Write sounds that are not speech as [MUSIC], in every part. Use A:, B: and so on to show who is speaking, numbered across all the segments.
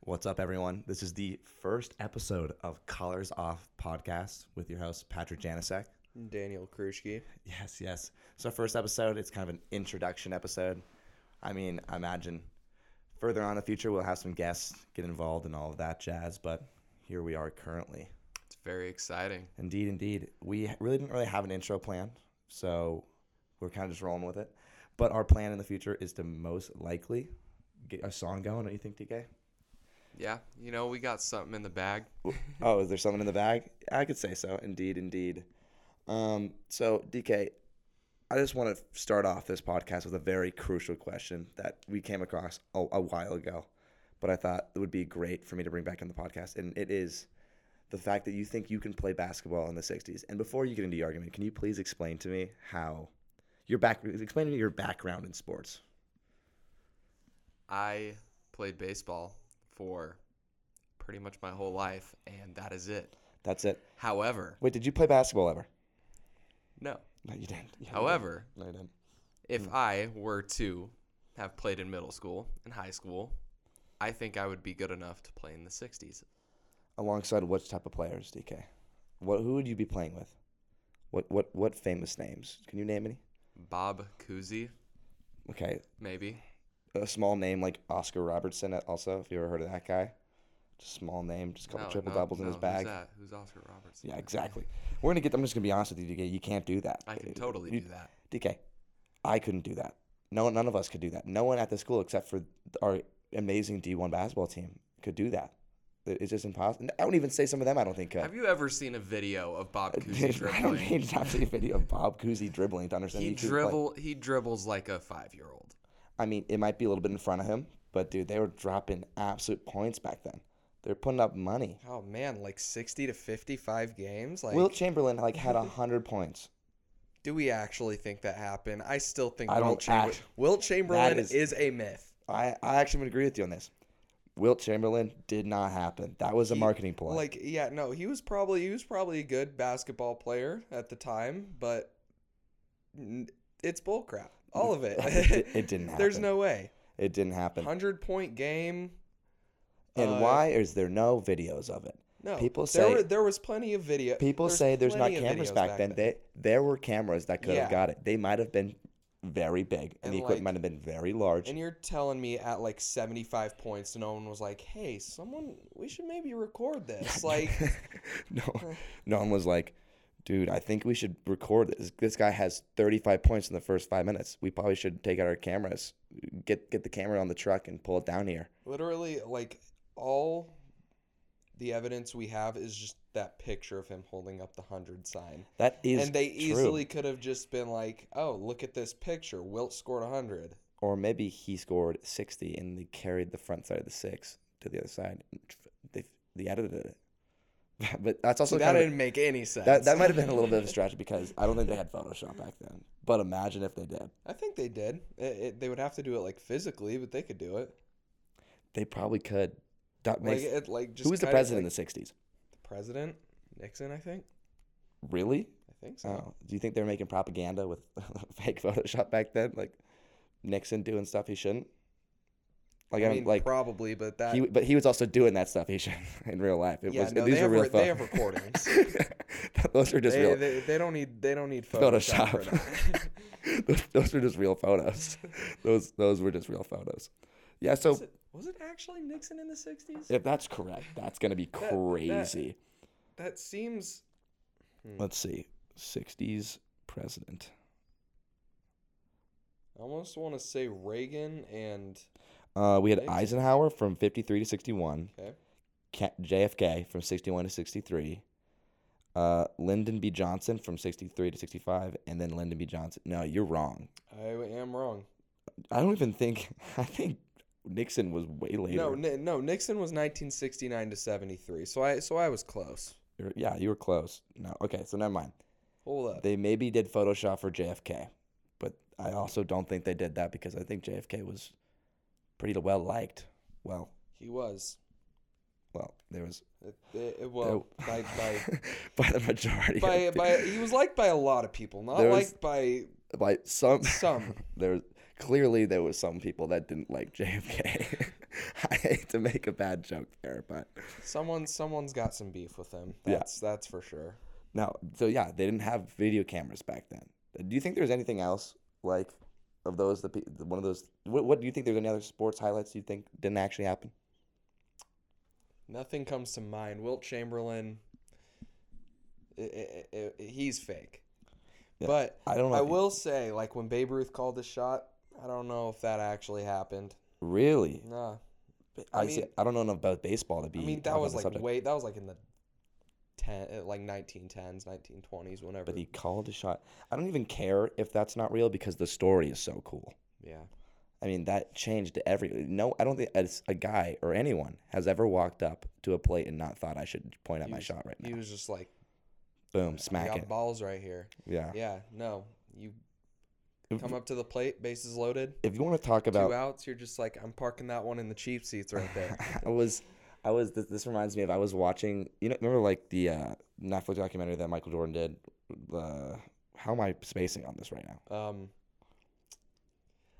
A: What's up, everyone? This is the first episode of Collars Off podcast with your host, Patrick Janicek.
B: Daniel Kruschke.
A: Yes, yes. So, first episode, it's kind of an introduction episode. I mean, I imagine further on in the future, we'll have some guests get involved and all of that jazz, but here we are currently.
C: It's very exciting.
A: Indeed, indeed. We really didn't really have an intro plan, so we're kind of just rolling with it. But our plan in the future is to most likely get a song going. Don't you think, DK?
C: Yeah, you know, we got something in the bag.
A: oh, is there something in the bag? I could say so. Indeed, indeed. Um, so, DK, I just want to start off this podcast with a very crucial question that we came across a, a while ago, but I thought it would be great for me to bring back in the podcast. And it is the fact that you think you can play basketball in the 60s. And before you get into the argument, can you please explain to me how your back, explain to me your background in sports?
C: I played baseball for pretty much my whole life, and that is it.
A: That's it.
C: However,
A: Wait, did you play basketball ever?
C: no.
A: No, you didn't. Yeah, you
C: However,
A: didn't. no, you didn't. Hmm.
C: if I were to have played in middle school and high school, I think I would be good enough to play in the 60s.
A: alongside what type of players, DK? What who would you be playing with? What what what famous names? Can you name any?
C: Bob Cousy,
A: Okay,
C: maybe.
A: a small name like Oscar Robertson. uh, Also, if you ever heard of that guy, just small name, just a couple
C: No,
A: triple
C: no,
A: doubles in
C: no,
A: his bag.
C: Who's that? Who's Oscar Robertson?
A: Yeah, exactly. We're gonna get. I'm just gonna be honest with you, DK. You can't do that.
C: I can totally do that.
A: DK, I couldn't do that. No, none of us could do that. No one at the school except for our amazing D1 basketball team could do that. It- It's just impossible. I don't even say some of them. I don't think uh, could.
C: Have you ever seen a video of Bob Cousy
A: Dude, [LAUGHS] I don't
C: dribbling?
A: need to have a video of Bob Cousy dribbling to understand.
C: He
A: you could play.
C: dribble. He dribbles like a five-year-old.
A: I mean, it might be a little bit in front of him, but dude, they were dropping absolute points back then. They're putting up money.
B: Oh man, like sixty to fifty-five games. Like,
A: Will Chamberlain like had
B: [LAUGHS]
A: hundred points.
B: do we actually think that happened? I still think
A: I
B: Will
A: don't
B: Chamberlain.
A: act-
B: Will Chamberlain
A: is-
B: is, a myth.
A: I, I actually would agree with you on this. Wilt Chamberlain did not happen. That was a
B: He-
A: marketing ploy.
B: Like, yeah, no, he was probably he was probably a good basketball player at the time, but n- it's bullcrap. All of it.
A: It di- [LAUGHS]
B: [LAUGHS]
A: it didn't
B: There's
A: happen.
B: no way.
A: it didn't happen.
B: Hundred point game.
A: and
B: uh,
A: why is there no videos of it?
B: No,
A: people
B: there
A: say-
B: were, there was plenty of video.
A: People say there's not
B: plenty of
A: cameras
B: videos
A: back, then. They, there were cameras that could have
B: Yeah.
A: got it. They might have been very big, and,
B: And,
A: the equipment
B: like-
A: might have been very large.
B: And you're telling me at like 75 points, no one was like, "Hey, someone, we should maybe
A: [LAUGHS]
B: record this." Like, [LAUGHS]
A: no, no one was like, dude, I think we should record this. This guy has 35 points in the first five minutes. We probably should take out our cameras, get get the camera on the truck, and pull it down here.
B: literally, like all the evidence we have is just that picture of him holding up the hundred sign,
A: That is
B: and they
A: true.
B: easily could have just been like, "Oh, look at this picture. Wilt scored hundred.
A: or maybe he scored 60 and they carried the front side of the six to the other side. They they edited it, [LAUGHS] but that's also
B: So that
A: kind of-
B: didn't make any sense.
A: that, that might have been a little bit of a stretch because I don't think they had Photoshop back then. But imagine if they did.
B: I think they did. It, it, they would have to do it like physically, but they could do it.
A: They probably could. That
B: Like,
A: makes,
B: it, like just
A: who was the
B: kinda,
A: president
B: like,
A: in the 60s?
B: the president Nixon, I think.
A: Really?
B: I think so.
A: Oh, do you think they're making propaganda with [LAUGHS] fake Photoshop back then? Like Nixon doing stuff he shouldn't. Like I,
B: I
A: am
B: mean,
A: like
B: probably, but that
A: he, but he was also doing that stuff he shouldn't [LAUGHS] in real life. It
B: Yeah,
A: was
B: no,
A: these
B: they
A: are
B: have
A: real
B: re- they have
A: photos.
B: recordings.
A: [LAUGHS] those are just
B: they,
A: real.
B: they, they don't need they don't need Photoshop. for
A: [LAUGHS]
B: [LAUGHS] that.
A: Photoshop. those, those are just real photos. [LAUGHS] Those those were just real photos. Yeah. So
B: was, it, was it actually Nixon in the '60s?
A: if that's correct, that's gonna be
B: that-
A: crazy.
B: That seems.
A: Let's see. Sixties president.
B: I almost want to say Reagan and
A: Uh, we had
B: Nixon.
A: Eisenhower from fifty three to sixty one.
B: okay,
A: Ca- JFK from 61 to 63, uh, Lyndon B. Johnson from 63 to 65, and then Lyndon B. Johnson. No, you're wrong.
B: I am wrong.
A: I don't even think, [LAUGHS] I think Nixon was way later.
B: No, Ni- no, Nixon was 1969 to 73. So I so I was close.
A: You're- yeah, you were close. No, okay, so never mind.
B: Hold up.
A: They maybe did Photoshop for JFK, but I also don't think they did that because I think JFK was pretty well liked. Well,
B: he was.
A: well, there was
B: It, it, it- well,
A: there-
B: by
A: [LAUGHS]
B: by
A: by the majority of
B: by,
A: pe-
B: by he was liked by a lot of people, not
A: There was-
B: liked by
A: by some [LAUGHS]
B: some.
A: [LAUGHS] there was clearly there was some people that didn't like JFK. I hate to make a bad joke there, but
B: Someone someone's got some beef with him.
A: Yeah.
B: That's that's for sure.
A: no. So yeah, they didn't have video cameras back then. Do you think there's anything else like of those the pe- the- one of those? What, what do you think? There's any other sports highlights you think didn't actually happen?
B: Nothing comes to mind. Wilt Chamberlain, i i i i- he's fake.
A: Yeah.
B: But
A: I don't know.
B: I
A: if you-
B: will say, like when Babe Ruth called the shot, I don't know if that actually happened.
A: really.
B: Nah,
A: I,
B: I
A: see,
B: mean-
A: I don't know enough about baseball to be.
B: I mean that
A: on
B: was
A: the
B: like
A: subject.
B: way that was like in the ten uh, like nineteen tens, nineteen twenties, whenever.
A: But he called a shot. I don't even care if that's not real because the story is so cool.
B: yeah,
A: I mean, that changed every. No, I don't think a, a guy or anyone has ever walked up to a plate and not thought I should point at
B: He
A: my
B: was-
A: shot right now.
B: he was just like,
A: Boom,
B: I
A: smack
B: got
A: it.
B: balls right here.
A: Yeah.
B: Yeah, no, you
A: If-
B: come up to the plate, bases loaded,
A: If you want to talk
B: two
A: about,
B: outs. You're just like, I'm parking that one in the cheap seats right there.
A: [LAUGHS] I was, I was. This, this reminds me of I was watching. You know, remember like the uh, Netflix documentary that Michael Jordan did. Uh, how am I spacing on this right now?
B: Um,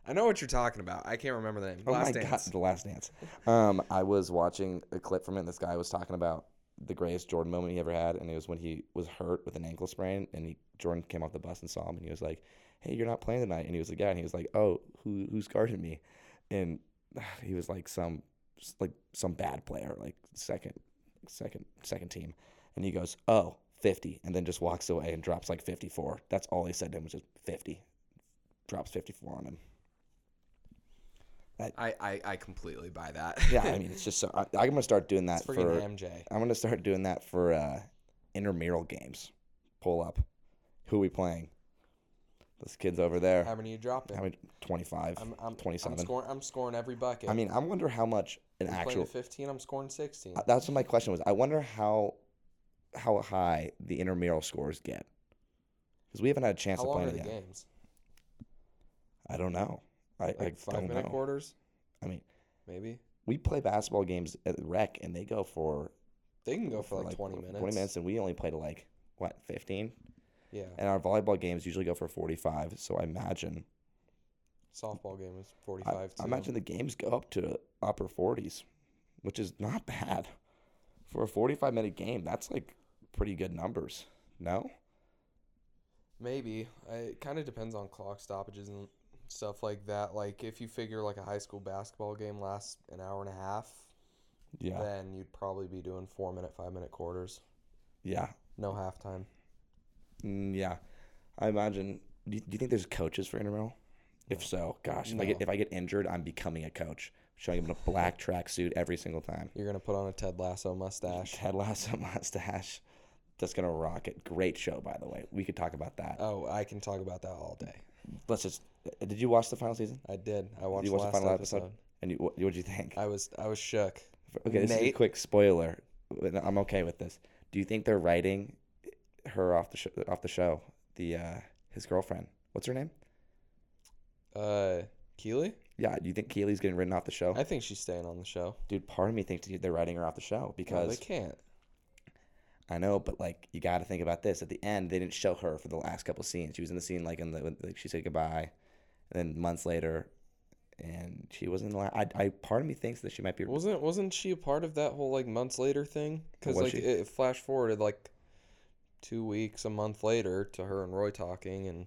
B: I know what you're talking about. I can't remember the name.
A: Oh
B: Last
A: my
B: Dance.
A: God, the last dance. Um, I was watching a clip from it. And this guy was talking about the greatest Jordan moment he ever had, and it was when he was hurt with an ankle sprain, and he Jordan came off the bus and saw him, and he was like, "Hey, you're not playing tonight." And he was the guy, and he was like, "Oh, who who's guarding me?" And [SIGHS] he was like some like some bad player, like second second second team, and he goes, "Oh." 50 and then just walks away and drops like 54. That's all he said to him was just 50. Drops 54 on him.
C: I, I, I completely buy that.
A: Yeah, I mean,
B: [LAUGHS]
A: it's just so. I, I'm gonna start doing that
B: It's
A: for.
B: freaking MJ.
A: I'm gonna start doing that for uh, intramural games. Pull up, who we playing? This kid's over there.
B: How many you dropping?
A: I mean, 25,
B: I'm, I'm, I'm
A: 27.
B: scoring. I'm scoring every bucket.
A: I mean, I wonder how much an
B: He's playing
A: actual.
B: to 15. I'm scoring 16.
A: uh, That's what my question was. I wonder how, how high the intramural scores get, because we haven't had a chance
B: How
A: to
B: long
A: play
B: are
A: it
B: the
A: yet.
B: games?
A: I don't know. I, I
B: Like five
A: don't
B: minute
A: know.
B: quarters,
A: I mean,
B: maybe.
A: we play basketball games at rec, and they go for
B: They can go for like 20 minutes.
A: 20 minutes, and we only play to like what 15.
B: Yeah.
A: And our volleyball games usually go for 45. So I imagine,
B: Softball game is
A: I,
B: 45.
A: I
B: too.
A: imagine the games go up to upper 40s, which is not [LAUGHS] bad for a 45 minute game. That's like pretty good numbers. No,
B: Maybe. I, it kind of depends on clock stoppages and stuff like that. Like if you figure like a high school basketball game lasts an hour and a half,
A: yeah,
B: then you'd probably be doing four minute, five minute quarters.
A: yeah,
B: No halftime.
A: mm, yeah. I imagine. Do you, do you think there's coaches for intramural? If so, gosh, if I
B: No.
A: get if I get injured, I'm becoming a coach, showing up in a black tracksuit every single time.
B: You're gonna put on a Ted Lasso mustache.
A: Ted Lasso [LAUGHS] mustache. That's gonna rock it. Great show, by the way. We could talk about that.
B: Oh, I can talk about that all day.
A: Let's just. uh, Did you watch the final season?
B: I did. I watched,
A: you
B: the
A: watch the
B: last
A: final
B: episode.
A: episode? And you, what did you think?
B: I was I was shook.
A: okay, this is a
B: Nate-
A: quick spoiler. but I'm okay with this. Do you think they're writing her off the sh- off the show? The uh, his girlfriend. What's her name?
B: Uh, Keely,
A: Yeah. Do you think Keely's getting written off the show?
B: I think she's staying on the show.
A: Dude, part of me thinks they're writing her off the show
B: No, they
A: because
B: can't.
A: I know, but like you got to think about this. At the end, they didn't show her for the last couple scenes. She was in the scene like in the when, like she said goodbye, and then months later, and she wasn't. in the la- I, I part of me thinks that she might be.
B: Wasn't wasn't she a part of that whole like months later thing? Because
A: Was
B: like
A: she?
B: it, it flash forwarded like two weeks, a month later to her and Roy talking, and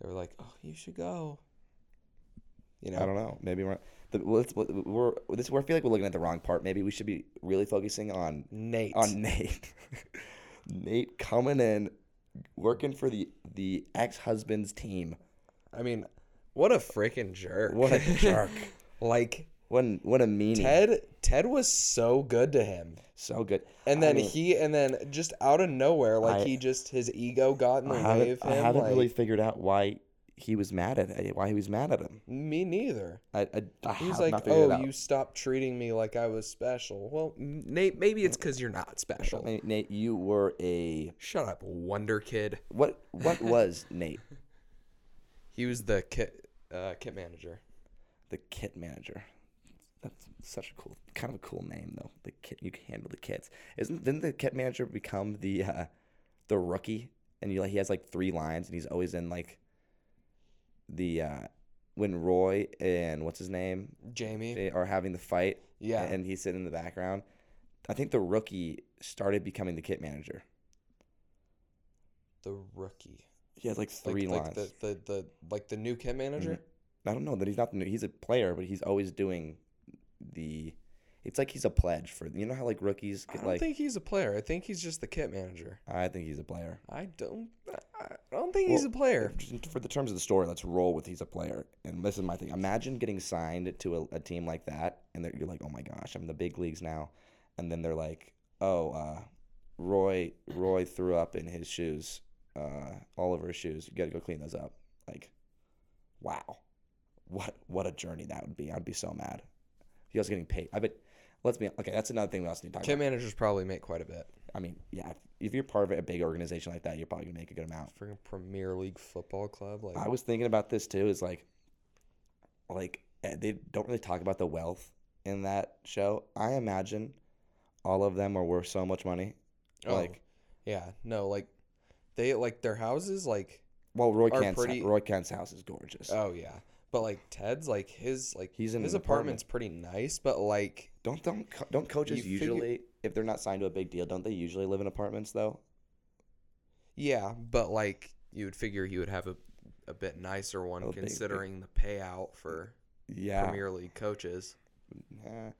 B: they were like, "Oh, you should go." You know,
A: I don't know. Maybe we're. The, well, it's, we're this. We're I feel like we're looking at the wrong part. Maybe we should be really focusing on
B: Nate.
A: on Nate. [LAUGHS] Nate coming in, working for the the ex husband's team.
B: I mean, what a freaking jerk!
A: What
B: [LAUGHS]
A: a jerk.
B: like
A: What an, what a meanie.
B: Ted. Ted was so good to him.
A: So good.
B: And
A: I
B: then
A: mean-
B: he, and then just out of nowhere, like
A: I-
B: he just his ego got in the
A: I
B: way
A: haven't,
B: of him.
A: I haven't
B: like,
A: really figured out why he was mad at eh, why he was mad at him.
B: me neither.
A: I, I, I
B: He was
A: have
B: like,
A: not figured it
B: "Oh,
A: out.
B: you stopped treating me like I was special." Well, m- Nate, maybe it's because you're not
A: But
B: special.
A: Nate, Nate, you were a
C: Shut up, Wonder Kid.
A: what?
B: [LAUGHS]
A: What was Nate,
B: He was the kit, uh, kit manager.
A: the kit manager? That's such a cool, kind of a cool name though. The kit, you can handle the kits. Isn't didn't the kit manager become the uh, the rookie? And you like he has like three lines, and he's always in like the uh, when Roy and what's his name
B: Jamie.
A: they are having the fight,
B: Yeah.
A: and he's sitting in the background. I think the rookie started becoming the kit manager.
B: the rookie.
A: He has like
B: Like,
A: three
B: like
A: lines. Mm-hmm.
B: the, the, the like the new kid manager.
A: I don't know that he's not the new. He's a player, but he's always doing the. It's like he's a pledge for you know how like rookies
B: I
A: get
B: don't
A: like.
B: think he's a player. I think he's just the kit manager.
A: I think he's a player.
B: I don't. I don't think he's a
A: Well,
B: player.
A: Just For the terms of the story, let's roll with he's a player. And this is my thing. Imagine getting signed to a, a team like that, and they're- you're like, oh my gosh, I'm in the big leagues now. And then they're like, oh, uh, Roy, Roy threw up in his shoes, uh, Oliver's shoes. You got to go clean those up. Like, wow, what what a journey that would be. I'd be so mad. He was getting paid. I bet. Let's be okay. That's another thing we also need to talk
B: Kit
A: about.
B: managers probably make quite a bit.
A: I mean, yeah, if, if you're part of a big organization like that, you're probably gonna make a good amount.
B: Freaking Premier League football club. Like
A: I was thinking about this too. Is like, like eh, they don't really talk about the wealth in that show. I imagine all of them are worth so much money.
B: oh,
A: Like,
B: yeah, no, like they like their houses. Like
A: well, Roy
B: Are
A: Kent's
B: pretty-
A: Roy Kent's house is gorgeous.
B: oh yeah, but like Ted's like his like
A: He's in
B: his
A: an apartment.
B: apartment's pretty nice, but like
A: don't don't co- don't coaches
B: You figure-
A: usually if they're not signed to a big deal, don't they usually live in apartments though?
B: yeah, but like you would figure he would have a a bit nicer one
A: Oh, big- big-
B: considering the payout for
A: Yeah,
B: Premier League coaches.
A: yeah.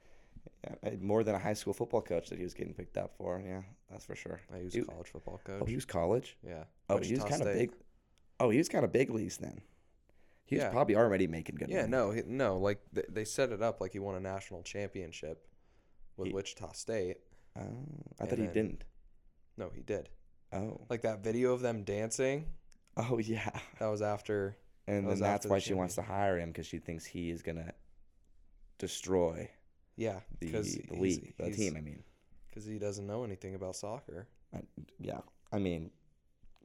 A: Yeah, eh, more than a high school football coach that he was getting picked up for. Yeah, that's for sure.
B: I use
A: He-
B: college football coach.
A: Oh, he was college.
B: yeah.
A: Oh, he was
B: Wichita
A: kind of
B: State.
A: big. Oh, he was kind of big leagues then. He was
B: Yeah.
A: probably already making good.
B: Yeah,
A: money.
B: no, he, no, like they, they set it up like he won a national championship with
A: He-
B: Wichita State.
A: Oh, I
B: And
A: thought he
B: then-
A: didn't.
B: No, he did.
A: Oh.
B: Like that video of them dancing.
A: [LAUGHS] Oh yeah.
B: That was after.
A: And then
B: was
A: that's
B: after the
A: why she wants to hire him because she thinks he is gonna destroy
B: Yeah,
A: the,
B: because
A: the league, the team. I mean,
B: Because he doesn't know anything about soccer.
A: yeah. I mean,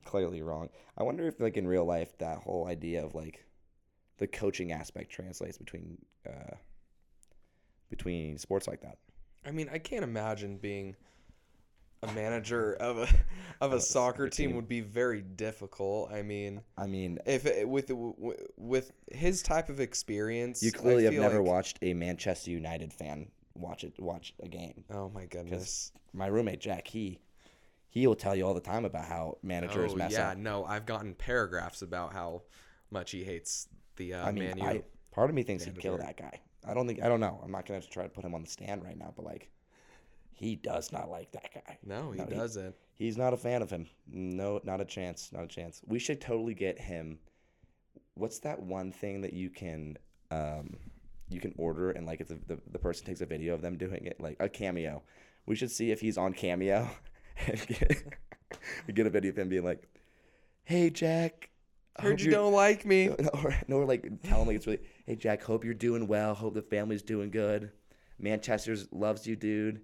A: clearly wrong. I wonder if like in real life that whole idea of like the coaching aspect translates between uh, between sports like that.
B: I mean, I can't imagine being a manager of a of a
A: a
B: soccer
A: soccer
B: team,
A: team.
B: would be very difficult. I mean,
A: I mean,
B: if it, with w- with his type of experience,
A: you
B: I
A: clearly have
B: feel
A: never
B: like-
A: watched a Manchester United fan watch it watch a game.
B: Oh my goodness.
A: My roommate Jack, he he will tell you all the time about how managers
C: Oh,
A: mess
C: yeah,
A: up.
C: no, I've gotten paragraphs about how much he hates the uh,
A: I mean,
C: Man U.
A: I, part of me thinks he'd kill
C: manager.
A: that guy. I don't think I don't know. I'm not gonna try to put him on the stand right now, but like, he does not like that guy.
B: No, he
A: No, he-
B: doesn't.
A: He's not a fan of him. No, not a chance. Not a chance. We should totally get him. What's that one thing that you can, um, you can order and like it's a, the the person takes a video of them doing it, like a cameo. We should see if he's on cameo. [LAUGHS] and get, [LAUGHS] get a video of him being like, "Hey Jack, I
B: Heard
A: hope
B: you
A: you're-
B: don't like me.
A: no, [LAUGHS] or, no, or like tell him like it's really, hey Jack, hope you're doing well. Hope the family's doing good. Manchester's loves you, dude.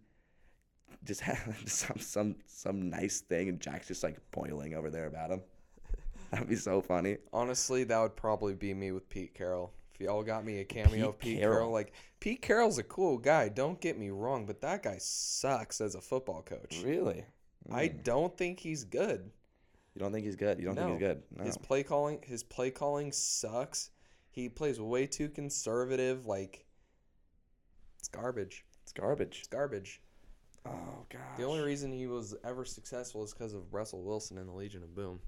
A: Just have [LAUGHS] just some some some nice thing, and Jack's just like boiling over there about him. [LAUGHS] That'd be so funny.
B: Honestly, that would probably be me with Pete Carroll. If y'all got me a cameo
A: Pete
B: of Pete Carroll.
A: Carroll.
B: like Pete Carroll's a cool guy, don't get me wrong, but that guy sucks as a football coach.
A: Really?
B: I don't think he's good.
A: You don't think he's good? You don't think he's
B: No.
A: good? No.
B: His play calling, his play calling sucks. He plays way too conservative. Like it's garbage.
A: It's garbage.
B: It's garbage.
A: Oh god.
B: The only reason he was ever successful is because of Russell Wilson and the Legion of Boom.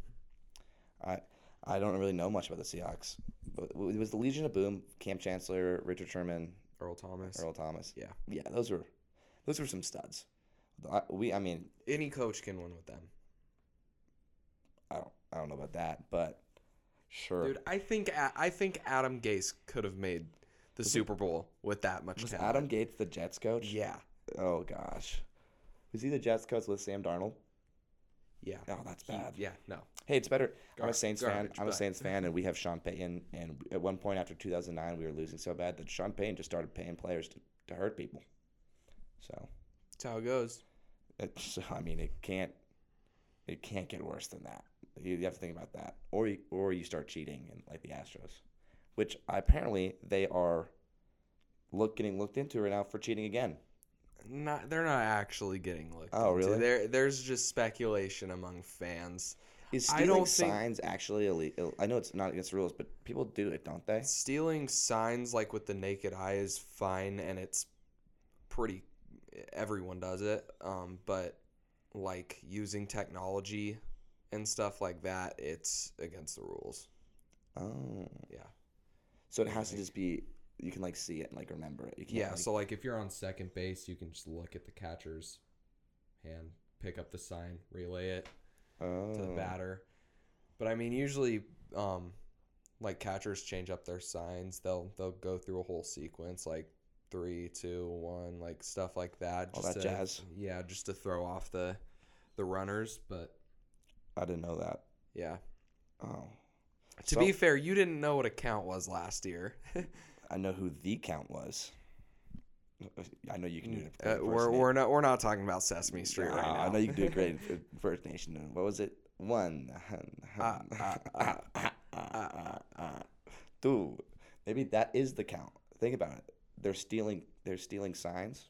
A: I I don't really know much about the Seahawks, but it was the Legion of Boom, Cam Chancellor, Richard Sherman,
B: Earl Thomas.
A: Earl Thomas.
B: Yeah.
A: Yeah, those were those were some studs. I, we, I mean,
B: Any coach can win with them.
A: I don't, I don't know about that, but sure.
C: Dude, I think A- I think Adam Gase could have made the Super Bowl with that much
A: was
C: talent.
A: Adam Gates the Jets coach?
C: Yeah,
A: Oh gosh, was he the Jets coach with Sam Darnold?
B: Yeah.
A: Oh, that's
C: He-
A: bad.
C: yeah, no.
A: Hey, it's better. I'm a
C: Gar-
A: Saints fan.
C: garbage,
A: I'm a
C: but-
A: Saints fan, and we have Sean Payton. And at one point after 2009, we were losing so bad that Sean Payton just started paying players to, to hurt people. So,
B: That's how it goes.
A: it, so I mean, it can't it can't get worse than that. You, you have to think about that, or you, or you start cheating and like the Astros, which apparently they are look getting looked into right now for cheating again.
C: Not they're not actually getting looked.
A: Oh,
C: into.
A: really?
C: There, there's just speculation among fans.
A: Is
B: I
A: stealing
B: don't think-
A: signs actually illegal? I know it's not against the rules, but people do it, don't they?
B: Stealing signs like with the naked eye is fine and it's pretty everyone does it. Um, but like using technology and stuff like that, it's against the rules.
A: Oh,
B: Yeah.
A: so it has to just be you can like see it and like remember it. You can't,
B: Yeah,
A: like-
B: so like if
D: If you're on second base, you can just look at the catcher's hand, pick up the sign, relay it
A: oh.
D: to the batter.
B: but I mean usually um like catchers change up their signs. They'll they'll go through a whole sequence like three, two, one, like stuff like that.
A: All
B: just
A: that
B: to-
A: jazz.
B: Yeah, just to throw off the the runners, but
A: I didn't know that.
B: yeah.
A: Oh,
B: To
A: So-
B: be fair, you didn't know what a count was last year.
A: I know who the count was. I know you can do it.
B: [LAUGHS] Uh, we're, we're not we're not talking about Sesame Street right now.
A: I know you can do it
B: [LAUGHS]
A: great in Fir- First Nation. and What was it? One,
B: Ah, ah,
A: [LAUGHS]
B: ah,
A: two. ah, Maybe that is the count. Think about it. They're stealing. They're stealing signs.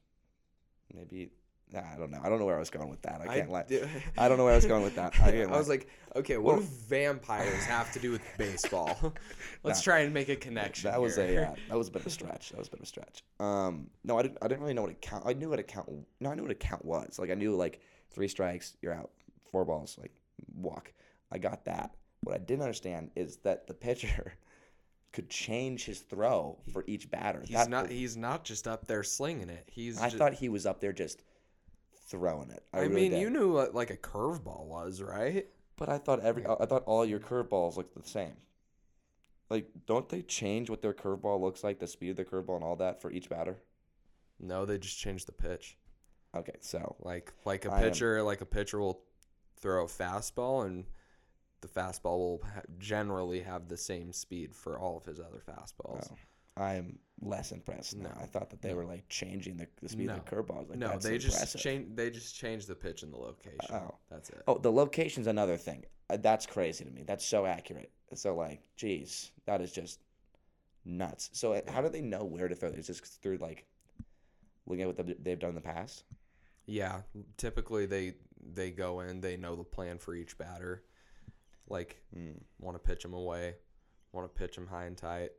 A: Maybe nah, I don't know. I don't know where I was going with that. I can't lie.
B: do-
A: I don't know where I was going with that. I,
B: [LAUGHS] I,
A: can't lie.
B: was like, okay, what do vampires have to do with
A: [LAUGHS]
B: baseball? Let's try and make a connection.
A: that was
B: here.
A: a uh, that was a bit of a stretch. That was a bit of a stretch. Um, no, I didn't. I didn't really know what a count. I knew what a count. No, I knew what a count was. Like I knew like three strikes, you're out. Four balls, like walk. I got that. What I didn't understand is that the pitcher [LAUGHS] could change his throw for each batter.
B: [LAUGHS] He's
A: That-
B: not. He's not just up there slinging it. He's.
A: I
B: ju-
A: thought he was up there just throwing it. I,
B: I
A: really
B: mean,
A: did.
B: you knew what like a curveball was, right?
A: But I thought every I thought all your curveballs looked the same. Like, don't they change what their curveball looks like, the speed of the curveball, and all that for each batter?
B: No, they just changed the pitch.
A: Okay, so
B: Like like a
A: I am-
B: pitcher, like a pitcher will throw a fastball, and the fastball will ha- generally have the same speed for all of his other fastballs.
A: Oh, I am less impressed now.
B: No,
A: I thought that they were like changing the, the speed of the
B: No.
A: curveballs. Like,
B: no,
A: that's
B: they just
A: impressive.
B: change. They just changed the pitch and the location.
A: Oh.
B: That's it.
A: Oh, the location's another thing. Uh, That's crazy to me. That's so accurate. So like, geez, that is just nuts. So uh, how do they know where to throw? It's just through like looking at what they've- they've done in the past.
B: Yeah, typically they they go in, they know the plan for each batter. Like
A: Mm.
B: want to pitch them away, want to pitch them high and tight,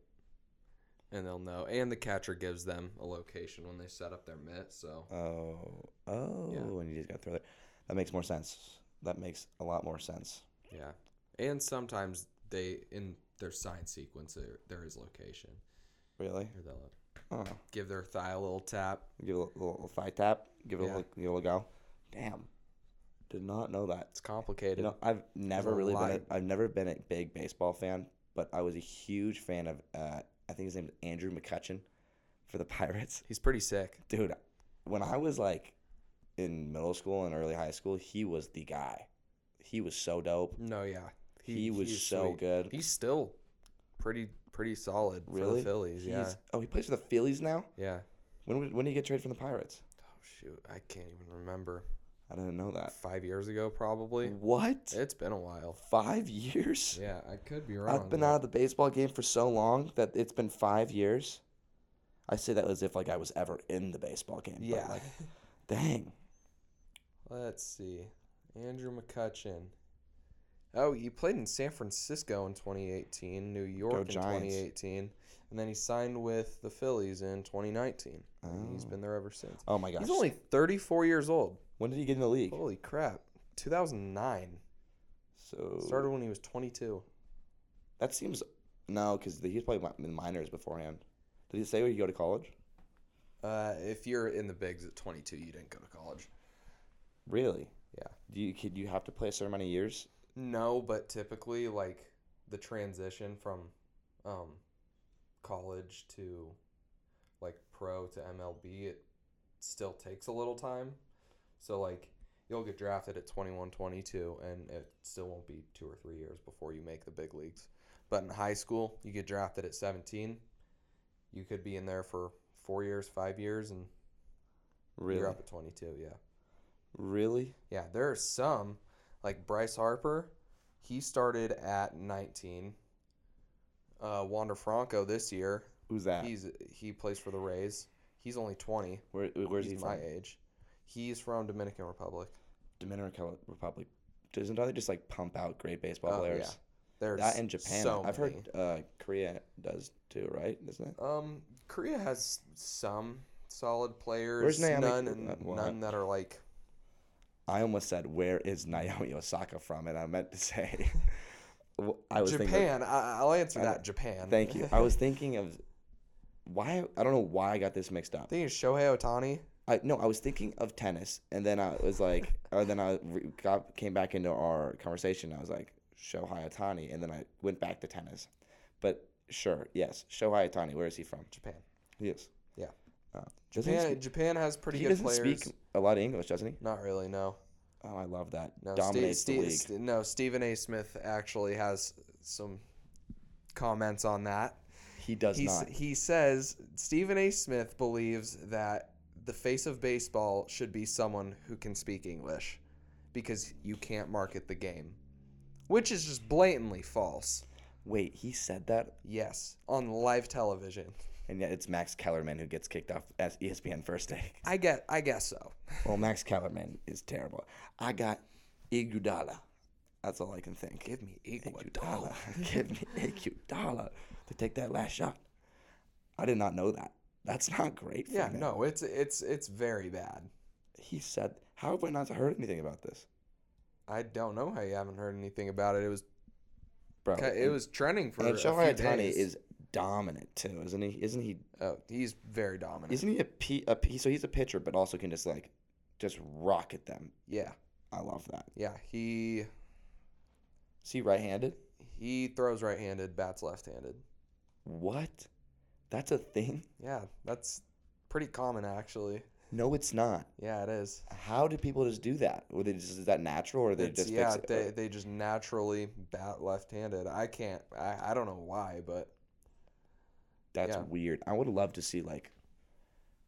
B: and they'll know. And the catcher gives them a location when they set up their mitt. So
A: Oh, oh, and you just got to throw it. That makes more sense. That makes a lot more sense.
B: yeah, and sometimes they in their sign sequence there, there is location.
A: Really?
B: Here they'll
A: Oh,
B: give their thigh a little tap.
A: give it a little, little thigh tap. Give it a
B: Yeah.
A: little, give it a little go. Damn, did not know that.
B: It's complicated.
A: You know, I've never
B: a
A: really been.
B: lot.
A: A, I've never been a big baseball fan, but I was a huge fan of. Uh, I think his name is Andrew McCutcheon for the [LAUGHS] Pirates.
B: He's pretty sick.
A: Dude, when I was like in middle school and early high school, he was the guy. He was so dope.
B: No, yeah,
A: He, was
B: he's
A: so
B: sweet.
A: good.
B: He's still pretty pretty solid for
A: really,
B: the Phillies. Yeah,
A: He's- oh, he plays for the Phillies now.
B: yeah.
A: When would- when did he get traded from the Pirates?
B: Oh shoot, I can't even remember.
A: I didn't know that.
B: Five years ago, probably.
A: What?
B: It's been a while.
A: Five years?
B: Yeah, I could be wrong.
A: I've been
B: but-
A: out of the baseball game for so long that it's been five years. I say that as if like I was ever in the baseball game.
B: Yeah.
A: But like, dang.
B: Let's see. Andrew McCutcheon. Oh, he played in San Francisco in 2018, New York in
A: Giants.
B: 2018, and then he signed with the Phillies in 2019. And He's
A: Oh.
B: been there ever since.
A: Oh my gosh.
B: He's only Oh, 34 years old.
A: when did he get in the league?
B: Holy crap. 2009.
A: So
B: Started when he was 22.
A: that seems no, because he was probably in minors beforehand. Did he say where you go to college?
B: Uh, if you're in the bigs at 22, you didn't go to college.
A: Really?
B: Yeah.
A: Do you could you have to play a certain amount of years?
B: No, but typically, like the transition from um, college to like pro to MLB, it still takes a little time. So like you'll get drafted at 21, 22, and it still won't be two or three years before you make the big leagues. But in high school, you get drafted at 17. You could be in there for four years, five years, and
A: Really?
B: you're up at 22. Yeah.
A: Really?
B: Yeah, there are some like Bryce Harper. He started at 19. Uh, Wander Franco this year.
A: Who's that?
B: He's he plays for the Rays. He's only 20.
A: Where, where's
B: He's
A: he
B: my
A: from?
B: age. He's from Dominican Republic.
A: Dominican Reco- Republic. doesn't don't they just like pump out great baseball
E: Oh,
A: players?
E: yeah. There's
A: That in Japan,
E: so
A: I've
E: many.
A: heard uh, Korea does too, right? Isn't it?
B: Um, Korea has some solid players.
A: Where's Naomi-
B: None, and
A: uh, well, I-
B: none that are like.
A: I almost said, "Where is Naomi Osaka from?" And I meant to say, [LAUGHS] Well, I was thinking.
B: Japan. I, I'll answer
A: I-
B: that. Japan.
A: Thank
B: [LAUGHS]
A: you. I was thinking of why I don't know why I got this mixed up.
B: think it's Shohei Otani.
A: I no, I was thinking of tennis, and then I was like, [LAUGHS] or then I re- got came back into our conversation. and I was like Shohei Otani, and then I went back to tennis. But sure, yes, Shohei Otani. Where is he from?
B: Japan.
A: Yes.
B: Yeah.
A: Uh, doesn't he
B: Japan,
A: speak-
B: Japan has pretty
A: he
B: good
A: doesn't
B: players.
A: speak a lot of English, doesn't he?
B: Not really. No.
A: Oh, I love that.
B: No.
A: Dominates
B: Ste-
A: the
B: Ste-
A: league.
B: Ste- no. Stephen A. Smith actually has some comments on that.
A: he does
B: He s-
A: not.
B: he says Stephen A. Smith believes that the face of baseball should be someone who can speak English, because you can't market the game, which is just blatantly false.
A: Wait, he said that,
B: Yes, on live television.
A: and yet it's Max Kellerman who gets kicked off E as ESPN First Take.
B: I get. I guess so.
A: [LAUGHS] Well, Max Kellerman is terrible. I got Iguodala. That's all I can think.
B: Give me
A: Iguodala. [LAUGHS]
B: Iguodala.
A: Give me Iguodala to take that last shot. I did not know that. That's not great for
B: Yeah.
A: him.
B: No. It's it's it's very bad.
A: He said, how have I not heard anything about this?
B: I don't know how you haven't heard anything about it. It was
A: Bro,
B: it was trending for
A: and, and
B: a
A: Shohei
B: few
A: Ohtani
B: days.
A: is dominant too, isn't he? Isn't he?
B: Oh, he's very dominant.
A: Isn't he a p a p? So he's a pitcher, but also can just like, just rocket them.
B: yeah.
A: I love that.
B: Yeah. He
A: Is he right-handed?
B: he throws right-handed, bats left-handed.
A: What? That's a thing?
B: Yeah, that's pretty common actually.
A: No, it's not.
B: Yeah, it is.
A: How do people just do that? Were they just is that natural, or they
B: It's-
A: just
B: yeah,
A: fix it?
B: they they just naturally bat left-handed. I can't. I, I don't know why, but
A: That's
B: yeah.
A: weird. I would love to see like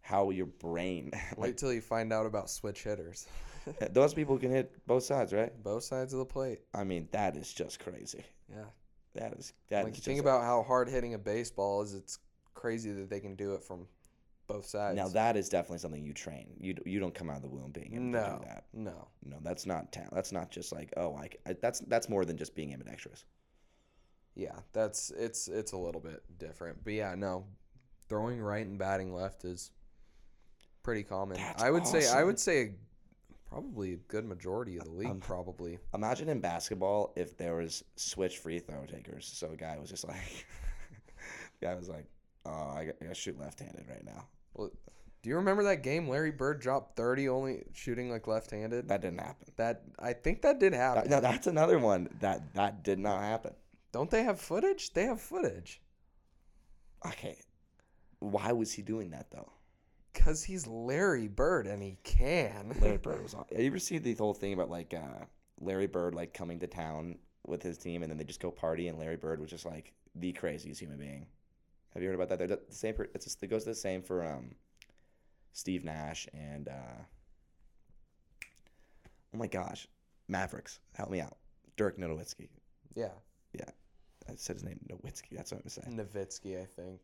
A: how your brain. [LAUGHS]
B: wait
A: like
B: till you find out about switch hitters, [LAUGHS]
A: those people can hit both sides, right?
B: both sides of the plate.
A: I mean, that is just crazy.
B: Yeah,
A: That is that
B: like
A: is
B: you think
A: just-
B: about how hard hitting a baseball is. It's crazy that they can do it from both sides.
A: now that is definitely something you train. You d- you don't come out of the womb being able to
B: no,
A: do that.
B: no,
A: No, that's not talent. That's not just like oh, I, c- I- that's that's more than just being ambidextrous.
B: yeah, that's it's it's a little bit different, but yeah, no, throwing right and batting left is pretty common.
A: That's
B: I would say I
A: awesome.
B: would say probably a good majority of the league
A: um,
B: probably.
A: Imagine in basketball if there was switch free throw takers. So a guy was just like, [LAUGHS] guy was like, oh, I got, I got to shoot left handed right now.
B: Well, do you remember that game Larry Bird dropped 30 only shooting like left-handed? That,
A: That didn't happen.
B: I think that did happen.
A: That- no, that's another one that that did not happen.
B: Don't they have footage? They have footage
A: Okay, why was he doing that though?
B: cuz he's Larry Bird and he can.
A: Larry Bird was on. Have you ever seen the whole thing about like uh, Larry Bird like coming to town with his team and then they just go party and Larry Bird was just like the craziest human being. Have you heard about that? They're the the same. per- It's just, it goes the same for um, Steve Nash and uh, oh my gosh, Mavericks. Help me out, Dirk Nowitzki.
B: [LAUGHS] yeah.
A: I said his name Nowitzki. That's what I'm saying.
B: Nowitzki, I think.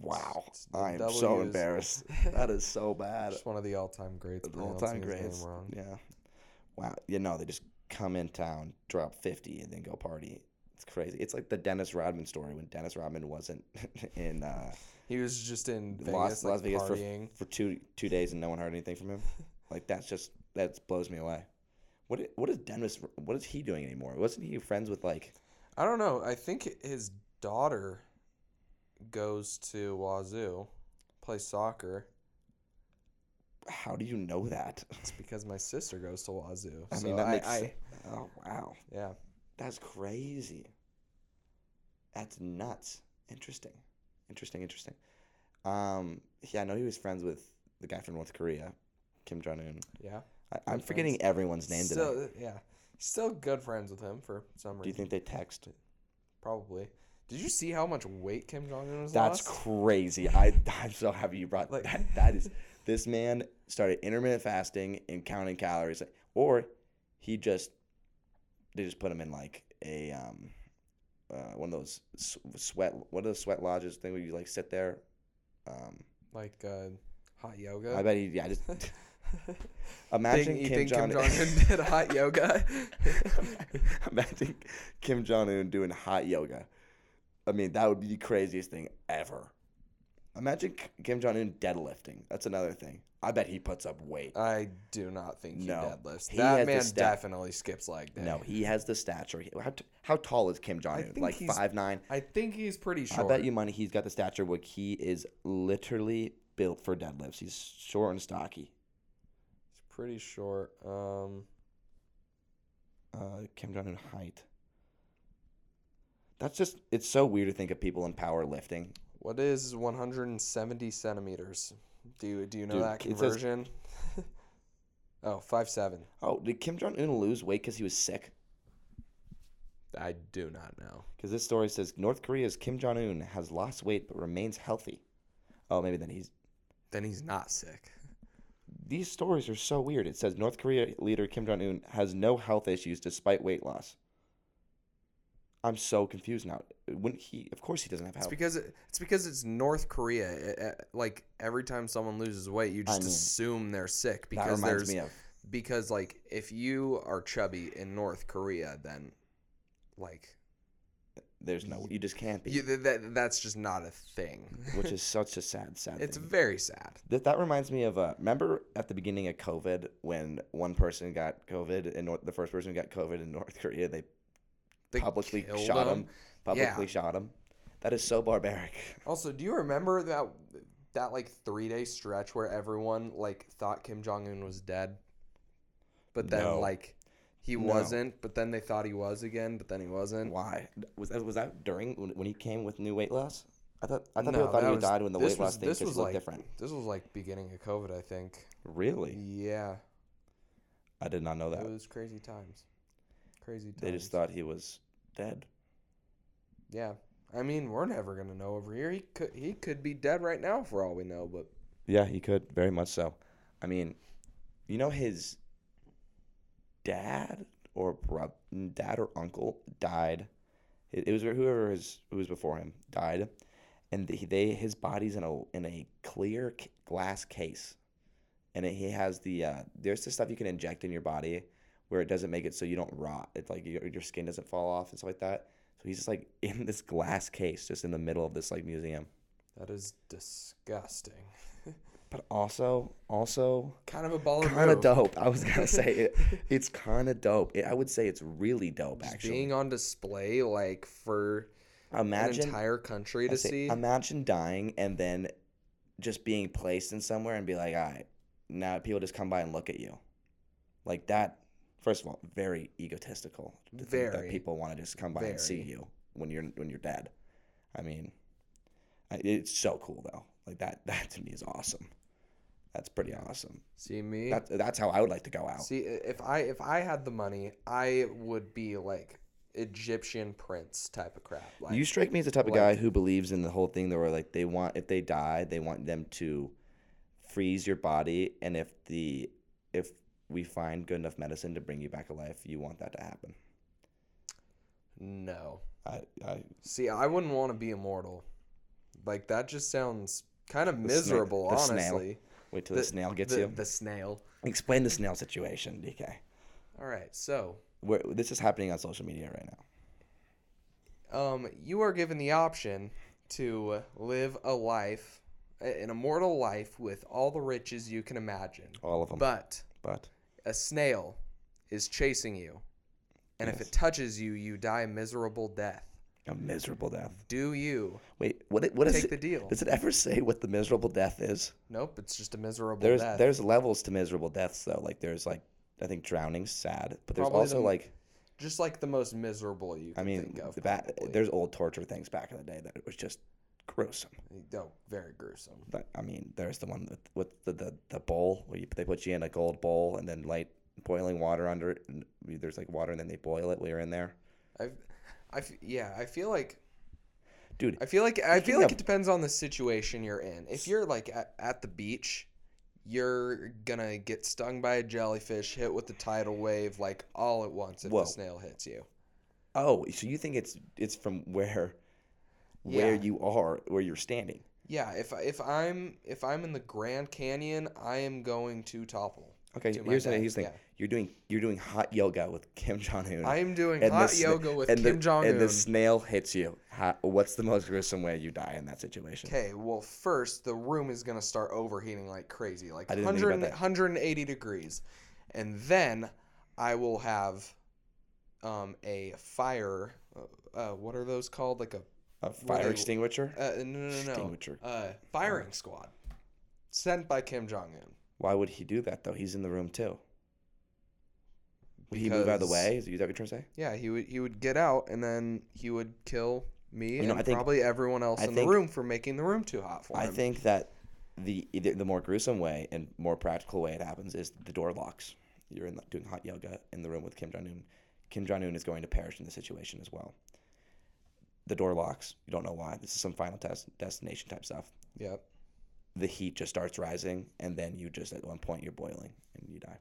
A: Wow,
B: It's the
A: I am so
B: Ws.
A: embarrassed. [LAUGHS] That is so bad.
B: Just one of the all-time greats.
A: all
B: pronouncing
A: time
B: his name
A: greats.
B: wrong.
A: Yeah. Wow. You know, they just come in town, drop 50, and then go party. It's crazy. It's like the Dennis Rodman story when Dennis Rodman wasn't [LAUGHS] in uh,
B: He was just in Vegas,
A: Las,
B: like,
A: Las Vegas for,
B: partying.
A: for two two days and no one heard anything from him. like that's just that blows me away. What i- what is Dennis? What is he doing anymore? Wasn't he friends with like?
B: I don't know. I think his daughter goes to Wazoo, plays soccer.
A: How do you know that? [LAUGHS]
B: It's because my sister goes to Wazoo.
A: I
B: so
A: mean, that makes.
B: I,
A: se- oh wow,
B: yeah.
A: that's crazy. That's nuts. Interesting. Interesting, interesting. Um, yeah, I know he was friends with the guy from North Korea, Kim Jong Un.
B: Yeah.
A: I'm
B: friends.
A: forgetting everyone's name
B: still,
A: today.
B: yeah. Still good friends with him for some reason.
A: Do you think they text?
B: Probably. Did you see how much weight Kim Jong Un was
A: That's
B: lost?
A: crazy. I [LAUGHS] I'm so happy you brought
B: Like-
A: that. That is this man started intermittent fasting and counting calories, or he just they just put him in like a um uh, one of those s- sweat one of those sweat lodges thing where you like sit there. Um,
B: Like uh, hot
A: I
C: [LAUGHS]
B: yoga. [LAUGHS]
A: bet he yeah just Imagine
C: you
A: Kim
C: think Kim
A: Jong
C: Jong Un did hot yoga?
A: [LAUGHS] Imagine Kim Jong Un doing hot yoga. I mean, that would be the craziest thing ever. Imagine K- Kim Jong Un deadlifting. That's another thing. I bet he puts up weight.
C: I do not think he
A: No.
C: deadlifts.
A: He has
C: that
A: the
C: man
A: step-
C: definitely skips like that.
A: No, he has the stature. He- How, t- how tall is Kim Jong Un?
C: think
A: Like
C: he's
A: five nine.
C: I think he's pretty
A: I
C: short.
A: bet you money he's got the stature. Where he is literally built for deadlifts. He's short and stocky.
B: It's pretty short. Um,
A: uh, Kim Jong Un height. That's just it's so weird to think of people in powerlifting.
B: what is 170 centimeters? Do you do you know
A: Dude,
B: that
A: it says-
B: conversion? oh, five seven.
A: Oh, did Kim Jong Un lose weight because he was sick?
B: I do not know.
A: Because this story says North Korea's Kim Jong Un has lost weight but remains healthy. Oh, maybe then he's.
B: Then he's not sick.
A: These stories are so weird. It says North Korea leader Kim Jong Un has no health issues despite weight loss. I'm so confused now. Wouldn't he? Of course, he doesn't have
B: It's
A: health.
B: because it, it's because it's North Korea. It- it- like every time someone loses weight, you
A: I
B: just
A: mean,
B: assume they're sick
A: That
B: because
A: reminds
B: there's
A: me of.
B: because like if you are chubby in North Korea, then like
A: There's no. You just can't be.
B: you, th- that that's just not
A: [LAUGHS]
B: a thing.
A: which is such a sad, sad.
B: it's
A: thing.
B: very sad.
A: That, that reminds me of uh, remember at the beginning of COVID when one person got COVID and North, the first person who got COVID in North Korea they,
B: They
A: publicly
B: killed
A: shot him.
B: him.
A: Publicly shot him. That is so barbaric. [LAUGHS]
B: Also, do you remember that that like three day stretch where everyone like thought Kim Jong Un was dead, but then
A: No.
B: like he
A: No.
B: wasn't, but then they thought he was again, but then he wasn't.
A: Why was that? Was that during when, when he came with new weight loss? I thought I thought
B: No,
A: people thought
B: that
A: he
B: was-
A: died when the
B: this
A: weight
B: was-
A: loss thing
B: this
A: just
B: was
A: looked
B: like-
A: different.
B: This was like beginning of COVID, I think.
A: Really,
B: Yeah,
A: I did not know that.
B: it was crazy times. Crazy times.
A: They just thought he was dead.
B: Yeah, I mean, we're never gonna know over here. He could he could be dead right now for all we know, but
A: Yeah, he could very much so. I mean, you know his dad or bro- dad or uncle died. It, it was whoever his who was before him died, and they, they his body's in a in a clear c- glass case, and it, he has the uh, there's the stuff you can inject in your body where it doesn't make it so you don't rot. It's like your, your skin doesn't fall off and stuff like that. So he's just like in this glass case, just in the middle of this like museum.
B: that is disgusting.
A: But also, also,
B: Kind of a baller
A: kind of
B: move.
A: dope. I was gonna say
B: [LAUGHS]
A: it, it's kind of dope. It, I would say it's really dope.
B: Just
A: Actually,
B: being on display like for an
A: imagine
B: entire country to
A: I say-
B: see.
A: imagine dying and then just being placed in somewhere and be like, all right, now people just come by and look at you, like that. First of all, very egotistical. to think that
B: Very.
A: people want to just come by and see
B: Very.
A: you when you're when you're dead. I mean, I- it's so cool though. Like that. [LAUGHS] That to me is awesome. That's pretty awesome.
B: see me.
A: That's that's how I would like to go out.
B: See i- if I if I had the money, I would be like Egyptian prince type of crap. Like
A: you strike me as the type of
B: like-
A: guy who believes in the whole thing that where like they want if they die they want them to freeze your body and if the if we find good enough medicine to bring you back alive you want that to happen
B: no.
A: i i
B: See, I wouldn't want to be immortal. Like that just sounds kind of
A: sna-
B: miserable,
A: the snail
B: honestly.
A: wait till the, snail gets
B: the,
A: you
B: The snail.
A: [LAUGHS] explain the snail situation dk
B: All right, so
A: We're, this is happening on social media right now
B: um, you are given the option to live a life, a- an immortal life with all the riches you can imagine,
A: all of them but,
B: but a snail is chasing you, and if
A: Yes.
B: it touches you, you die a miserable death.
A: a miserable death
B: Do you
A: wait what it- what is
B: take
A: it
B: the
A: [LAUGHS]
B: deal?
A: does it ever say what the miserable death is
B: Nope, it's just a miserable
A: there's
B: death.
A: there's levels to miserable deaths though like there's like i think drowning's sad but there's
B: Probably the
A: also
B: m-
A: like
B: just like the most miserable you
A: I
B: can
A: mean,
B: think of.
A: the ba-
B: probably.
A: there's old torture things back in the day that it was just gruesome.
B: no, very gruesome.
A: But I mean, there's the one with, with the, the, the bowl where you, they put you in a gold bowl and then light boiling water under it. And there's like water and then they boil it while you're in there.
B: I've, I f- yeah, I feel like
A: Dude,
B: I feel like I
A: Speaking
B: feel like
A: of-
B: it depends on the situation you're in. If you're like at, at the beach, you're gonna get stung by a jellyfish, hit with the tidal wave like all at once if
A: Whoa.
B: the snail hits you.
A: oh, so you think it's it's from where where
B: Yeah.
A: you are, where you're standing?
B: yeah, if if I'm if I'm in the Grand Canyon, I am going to topple.
A: Okay,
B: to my
A: here's the
B: death,
A: here's the thing.
B: yeah.
A: You're doing you're doing hot yoga with Kim Jong Un.
B: I am doing
A: And the
B: hot
A: sna-
B: yoga with
A: and the-
B: Kim Jong Un.
A: And the snail hits you. How, what's the most gruesome way you die in that situation?
B: Okay, well, first the room is gonna start overheating like crazy, like
A: I didn't think about that.
B: 100, 180 degrees, and then I will have um, a fire. uh, Uh, what are those called? Like a
A: A fire
B: they-
A: extinguisher?
B: uh, no, no, no, no.
A: Extinguisher.
B: Uh, firing squad sent by Kim Jong Un.
A: Why would he do that though? He's in the room too. Would he move out of the
B: Because-
A: way? Is that what you're trying to say?
B: Yeah, he would he would get out and then he would kill me
A: know,
B: and
A: I think-
B: probably everyone else
A: I
B: in
A: think-
B: the room for making the room too hot for
A: I
B: him.
A: think that the either the more gruesome way and more practical way it happens is the door locks. You're in the, doing hot yoga in the room with Kim Jong Un. Kim Jong Un is going to perish in the situation as well. The door locks. You don't know why. This is some final test destination type stuff.
B: Yep.
A: The heat just starts rising, and then you just at one point you're boiling and you die.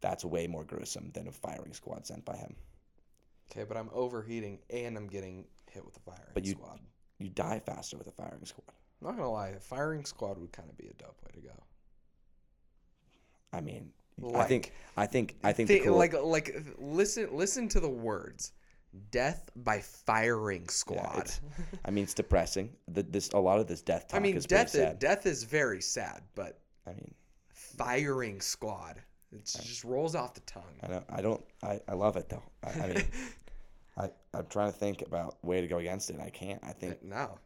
A: That's way more gruesome than a firing squad sent by him.
B: Okay, but I'm overheating and I'm getting hit with a firing
A: But you-
B: squad.
A: You die faster with a firing squad.
B: I'm not gonna lie, a firing squad would kind of be a dope way to go.
A: I mean, I
B: Like-
A: think, I think, I think,
B: Thi-
A: the cool,
B: like like listen listen to the words, death by firing squad.
A: it's- I mean, it's depressing. The, this a lot of this death talk
B: [LAUGHS] I mean,
A: is pretty
B: death is,
A: sad.
B: death is very sad, but
A: I mean,
B: firing squad, it just rolls off the tongue.
A: I don't, I don't, I, I love it though. I, I
B: [LAUGHS]
A: mean, I, I'm trying to think about way to go against it. I can't. I think,
B: [LAUGHS] no,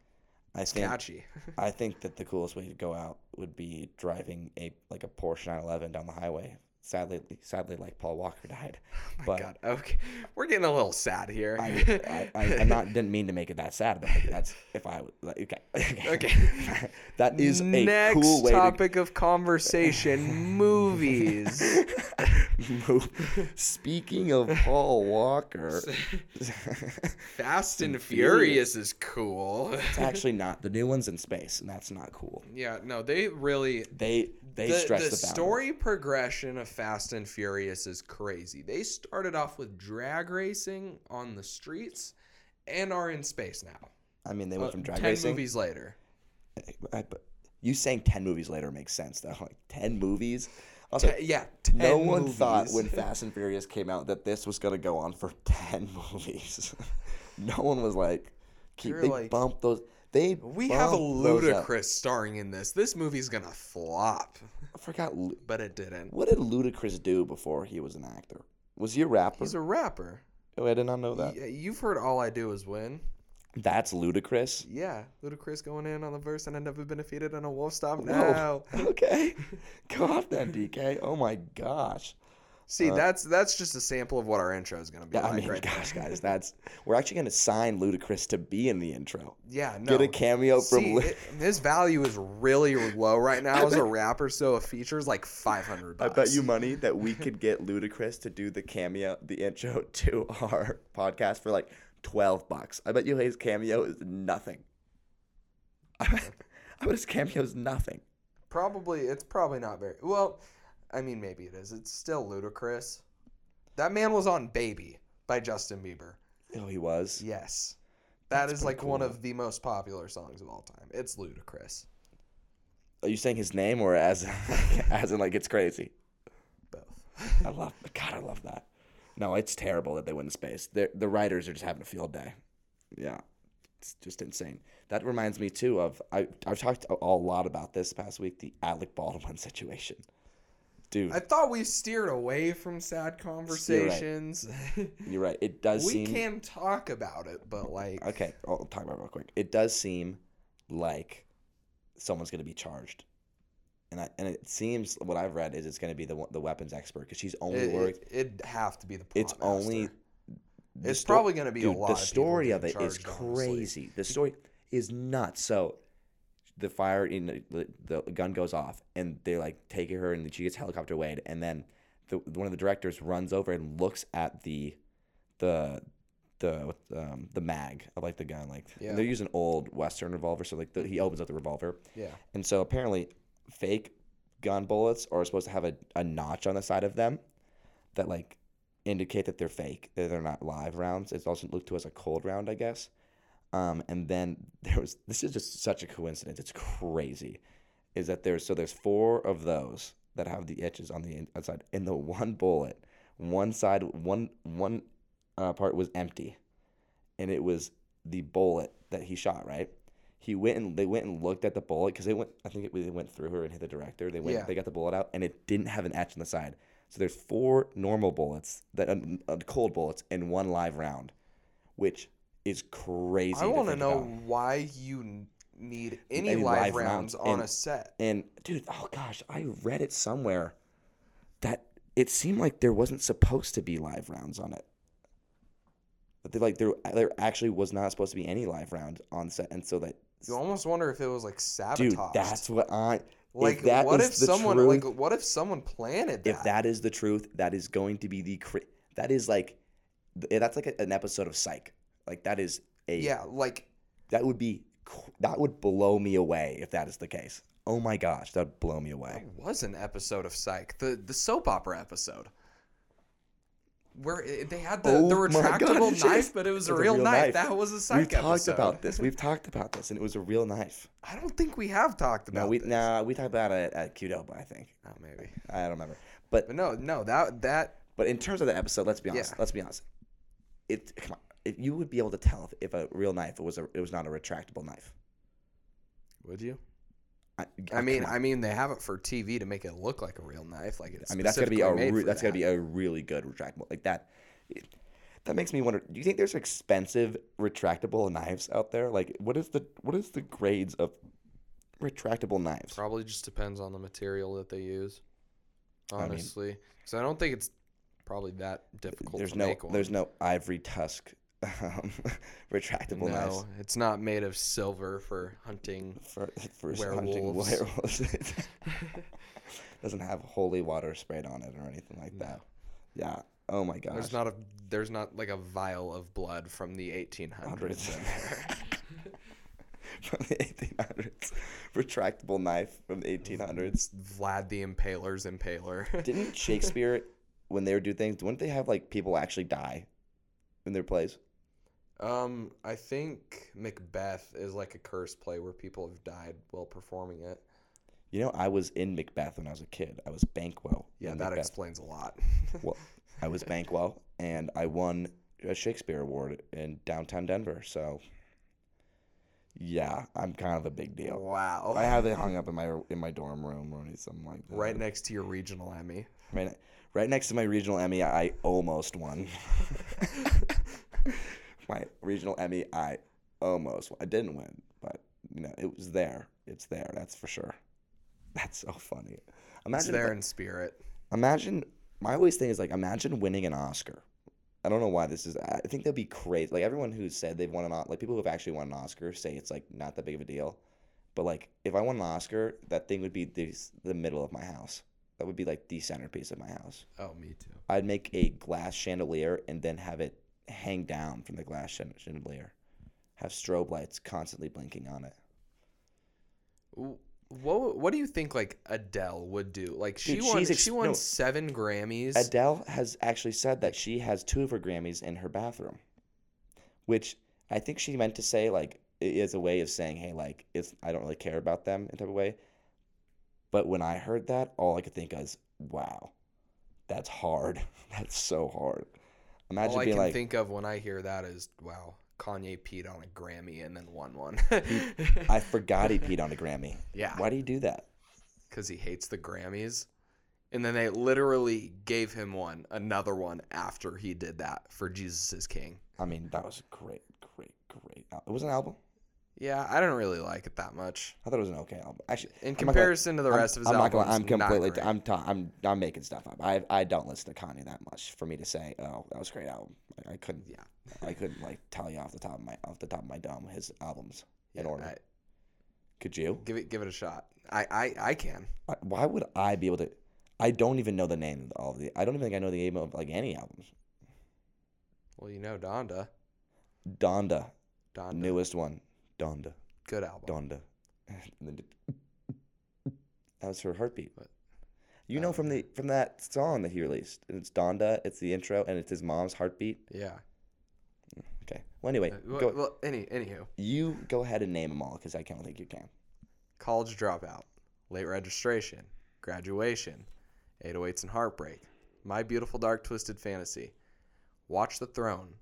A: I think,
B: catchy. [LAUGHS] Oh
A: I think that the coolest way to go out would be driving a like a Porsche 911 down the highway. Sadly, sadly, like Paul Walker died.
B: Oh My
A: but
B: God, okay, we're getting a little sad here.
A: I,
B: [LAUGHS]
A: I, I, I'm not didn't mean to make it that sad, but like, that's if I was like, okay, okay, [LAUGHS]
B: Okay.
A: that is a
B: Next
A: cool way to
B: topic
A: [LAUGHS]
B: of conversation: movies.
A: Move. [LAUGHS] Speaking of Paul
B: [LAUGHS]
A: Walker,
B: Fast and
A: Furious.
B: Furious is cool. [LAUGHS]
A: it's actually not the new one's in space, and that's not cool.
B: yeah, no, they really
A: They they
B: the,
A: stretch the,
B: the
A: boundaries.
B: story progression of Fast and Furious is crazy. They started off with drag racing on the streets and are in space now. Uh,
A: I mean, they went from drag
B: Ten
A: racing.
B: movies later.
A: I- but you saying ten movies later makes sense though. [LAUGHS] Like ten movies. Also,
B: Te- yeah, ten
A: no one thought
B: movies. [LAUGHS]
A: when Fast and Furious came out that this was gonna go on for [LAUGHS] ten movies. [LAUGHS] no one was like, keep,
B: You're
A: they
B: like,
A: bumped those. They
B: we have a
A: bumped those up.
B: ludicrous starring in this. This movie's gonna flop,
A: I forgot. Lu-
B: but it didn't.
A: What did Ludacris do before he was an actor? Was he a rapper?
B: He's a rapper.
A: oh, I did not know that.
B: Y- You've heard "All I Do Is Win."
A: That's ludicrous.
B: Yeah, Ludacris going in on the verse, and I never been defeated on a wolf stop.
A: Whoa.
B: No,
A: [LAUGHS] okay. God, then DK. Oh my gosh.
B: see, that's that's just a sample of what our intro is gonna be.
A: Uh, I
B: like
A: mean, [LAUGHS]
B: right there.
A: gosh, guys, that's we're actually gonna sign Ludacris to be in the intro.
B: Yeah, no.
A: Get a cameo from.
B: See,
A: Lu-
B: it- his value is really low right
A: [LAUGHS]
B: now as a rapper, so a feature is like 500
A: I
B: bucks.
A: bet you money that we could get Ludacris to do the cameo, the intro [LAUGHS] to our podcast for like twelve bucks. I bet you his cameo is nothing. [LAUGHS] I bet, I bet his cameo is nothing.
B: Probably, it's probably not very. Well, I mean, maybe it is. It's still ludicrous. That man was on Baby by Justin Bieber.
A: Oh, he was.
B: Yes. That
A: That's
B: is
A: pretty
B: like one
A: cool.
B: of the most popular songs of all time. It's ludicrous.
A: Are you saying his name or as [LAUGHS] as in like it's crazy?
B: Both. [LAUGHS]
A: I love God, I love that. No, it's terrible that they went in space. The the writers are just having a field day. Yeah. It's just insane. That reminds me too of I I've talked a, a lot about this past week, the Alec Baldwin [LAUGHS] situation. Dude,
B: I thought we steered away from
A: [LAUGHS]
B: sad conversations.
A: you're right. It does
B: we
A: seem
B: can talk about it, but like.
A: Okay, I'll talk about it real quick. It does seem like someone's going to be charged. And I, and it seems what I've read is it's going to be the one- the weapons expert cuz she's only
B: It,
A: worked
B: it, it'd have to be the plot
A: it's only
B: master.
A: the
B: It's
A: sto-
B: probably going to be
A: dude
B: a lot.
A: the story of,
B: people
A: it
B: getting
A: is
B: charged, honestly.
A: crazy the story is nuts so the fire in the, the gun goes off and they like take her and she gets helicopter weighed and then the, one of the directors runs over and looks at the the the um, the mag of like the gun like
B: Yeah.
A: and they're using old western revolver so like the, he opens up the revolver
B: Yeah.
A: and so apparently, fake gun bullets are supposed to have a, a notch on the side of them that like indicate that they're fake, that they're not live rounds. It doesn't look to as a cold round, I guess. Um, and then there was this is just such a coincidence. It's crazy, is that there's so there's four of those that have the itches on the in- outside. In the one bullet, one side one one uh, part was empty, and it was the bullet that he shot. Right. He went and they went and looked at the bullet because they went. I think it, they went through her and hit the director. They went.
B: Yeah.
A: They got the bullet out and it didn't have an etch on the side. So there's four normal bullets that uh, uh, cold bullets and one live round, which is crazy.
B: I
A: want to
B: know
A: about.
B: why you n- need any
A: Any
B: live,
A: live rounds
B: rounds on
A: and-
B: a set.
A: And dude, oh gosh, I read it somewhere that it seemed like there wasn't supposed to be live rounds on it. That they like there there actually was not supposed to be any live round on set, and so that
B: You almost wonder if it was like sabotaged.
A: dude, that's what I
B: like
A: that
B: what
A: is
B: if
A: the
B: someone
A: truth-
B: like what if someone planted that?
A: if that is the truth, that is going to be the cr- that is like th- eh, that's like a- an episode of Psych. Like that is a
B: yeah, like
A: that would be cr- that would blow me away if that is the case. Oh my gosh, that'd blow me away.
B: That was an episode of Psych, the the soap opera episode, where it, they had the,
A: Oh
B: the
A: my
B: retractable
A: God, [LAUGHS] it is.
B: knife, but it was a
A: It's
B: real, knife. That was a Psych
A: We've talked
B: episode.
A: about this. We've talked about this, and it was a real knife.
B: I don't think we have talked about.
A: No, we
B: this.
A: nah, we talked about it at Qdoba, I think.
B: Oh, maybe.
A: I don't remember. But
B: But no, no, that that
A: but in terms of the episode, let's be honest.
B: Yeah.
A: Let's be honest. It come on. If you would be able to tell if, if a real knife was a it was not a retractable knife.
B: would you?
A: I,
B: I mean,
A: come on.
B: I mean, they have it for TV to make it look like a real knife. Like it's
A: I mean that's gotta be a
B: specifically made
A: re-
B: for
A: that's gotta
B: that.
A: be a really good retractable like that. it- that makes me wonder. Do you think there's expensive retractable knives out there? Like, what is the what is the grades of retractable knives?
C: Probably just depends on the material that they use.
A: mean-
C: Honestly, because I, don't think it's probably that difficult
A: there's
C: to
A: no
C: make one.
A: there's no ivory tusk um, [LAUGHS]
C: no,
A: retractable knives
C: it's not made of silver for hunting.
A: for for hunting
C: Werewolves. [LAUGHS]
A: werewolves. [LAUGHS] Doesn't have holy water sprayed on it or anything like
C: No.
A: that. Yeah. Oh my gosh.
C: There's not a there's not like a vial of blood from the 1800s.
A: Hundreds.
C: in there.
A: [LAUGHS] [LAUGHS] from the 1800s. Retractable knife from the
C: Mm-hmm.
A: 1800s.
C: It's Vlad the Impaler's impaler.
A: Didn't Shakespeare, when they would do things, wouldn't they have like people actually die in their plays?
C: [LAUGHS] um, I think Macbeth is like a curse play where people have died while performing it.
A: You know, I was in Macbeth when I was a kid. I was Banquo.
C: Yeah,
A: in
C: that
A: Macbeth.
C: explains a
A: [LAUGHS]
C: lot.
A: Well, I was Banquo, and I won a Shakespeare Award in downtown Denver. So, yeah, I'm kind of a big deal.
B: wow.
A: I have it hung up in my in my dorm room or something like that.
C: right next to your regional Emmy.
A: Right, ne- right next to my regional Emmy, I almost won. [LAUGHS] my regional Emmy, I almost won. I didn't win, but you know, it was there. It's there. That's for sure. [LAUGHS] That's so funny.
C: It's
A: [LAUGHS] Imagine,
C: there in spirit.
A: imagine. My always thing is like, imagine winning an Oscar. I don't know why this is. I I think that'd be crazy. Like everyone who's said they've won an Oscar, like people who've actually won an Oscar say it's like not that big of a deal. But like, if I won an Oscar, that thing would be the, the middle of my house. That would be like the centerpiece of my house.
C: Oh, me too.
A: I'd make a glass chandelier and then have it hang down from the glass chan- chandelier. Have strobe lights constantly blinking on it.
C: W- What What do you think like Adele would do? Like she
A: Dude,
C: won
A: she's ex-
C: she won
A: no.
C: seven Grammys.
A: Adele has actually said that she has two of her Grammys in her bathroom, which I think she meant to say like i- is a way of saying, "Hey, like it's I don't really care about them" in type of way. But when I heard that, all I could think is, "Wow, that's hard. [LAUGHS] that's so hard." Imagine
C: All I
A: being
C: can
A: like,
C: think of when I hear that is wow, Kanye peed on a Grammy and then won one. [LAUGHS]
A: "I forgot he peed on a Grammy.
C: yeah,
A: Why do you do that?"
C: because he hates the Grammys. And then they literally gave him one, another one after he did that for Jesus is King.
A: I mean, that was a great, great, great. Al- it was an album.
C: Yeah, I don't really like it that much
A: I thought it was an okay album. Actually,
C: in
A: I'm not gonna-
C: comparison to the rest
A: I'm,
C: of his
A: I'm not
C: albums.
A: gonna. I'm completely.
C: great.
A: I'm, ta- I'm. I'm making stuff up. I. I don't listen to Kanye that much for me to say. Oh, that was a great album. I, I couldn't.
C: Yeah.
A: I couldn't like tell you off the top of my off the top of my dome his albums in
C: Yeah,
A: order.
C: I-
A: Could you?
C: give it give it a shot. I I, I can.
A: I- Why would I be able to? I don't even know the name of all of the. I don't even think I know the name of like any albums.
C: Well, you know Donda.
A: Donda,
C: Donda.
A: newest one. Donda,
C: Good album.
A: Donda. [LAUGHS] And then did- [LAUGHS] that was her heartbeat.
C: What?
A: You know
C: Oh,
A: from the from that song that he released. It's Donda. It's the intro, and it's his mom's heartbeat.
C: Yeah.
A: Okay. Well, anyway,
B: Uh,
A: go,
B: Well, well, any anywho,
A: you go ahead and name them all because I can't think you can.
B: college dropout, late registration, graduation, 808s and heartbreak, my beautiful dark twisted fantasy, watch the throne,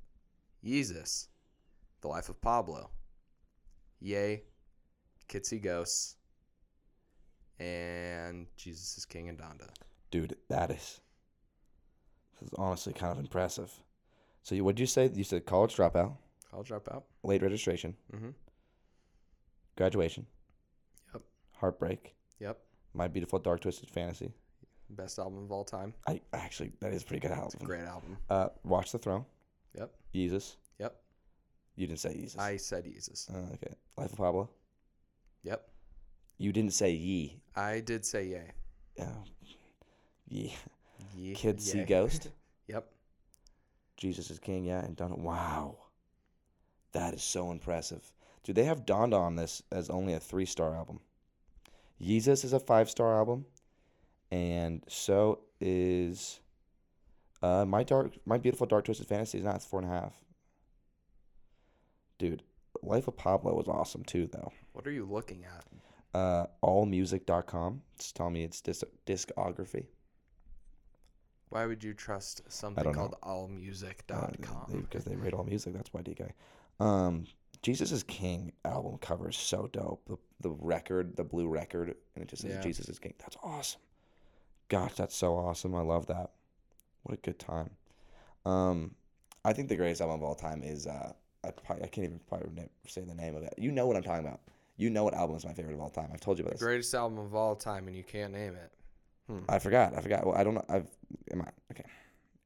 B: Yeezus, the life of Pablo, yay, Kitsy ghosts, and Jesus is King and Donda.
A: Dude, that is. This is honestly kind of impressive. So, you, what did you say? You said college dropout,
B: College dropout.
A: late registration,
B: Mm-hmm.
A: graduation,
B: Yep.
A: heartbreak,
B: Yep.
A: my beautiful dark twisted fantasy.
B: Best album of all time.
A: I actually that is a pretty good
B: It's a
A: album.
B: great album.
A: Uh, Watch the Throne.
B: Yep.
A: Jesus.
B: Yep.
A: You didn't say Jesus.
B: I said Yeezus.
A: Uh, okay. Life of Pablo.
B: Yep.
A: You didn't say ye.
B: I did say yay.
A: Oh. Ye.
B: Ye-
A: Kids see
B: yay. [LAUGHS]
A: ghost.
B: Yep.
A: Jesus is king. Yeah, and Don. Wow. That is so impressive, dude. They have Donda on this as only a three star album. Jesus is a five star album, and so is. Uh, my dark, my beautiful dark twisted fantasy is not. It's four and a half. Dude, Life of Pablo was awesome too, though.
B: What are you looking at?
A: uh, allmusic.com. It's telling me it's dis- discography.
B: Why would you trust something
A: don't know.
B: called
A: Uh, they- they-
B: allmusic.com?
A: Because they rate all music. That's why, DK. Um, Jesus is King album cover is so dope. The, the record, the blue record, and it just says
B: Yeah.
A: Jesus is King. That's awesome. Gosh, that's so awesome. I love that. What a good time. Um, I think the greatest album of all time is uh, I, probably, I can't even probably na- say the name of it. You know what I'm talking about. You know what album is my favorite of all time. I've told you about this.
B: [LAUGHS] Greatest album of all time, and you can't name it. Hmm.
A: I forgot. I forgot. Well, I don't know. I've. Am I okay?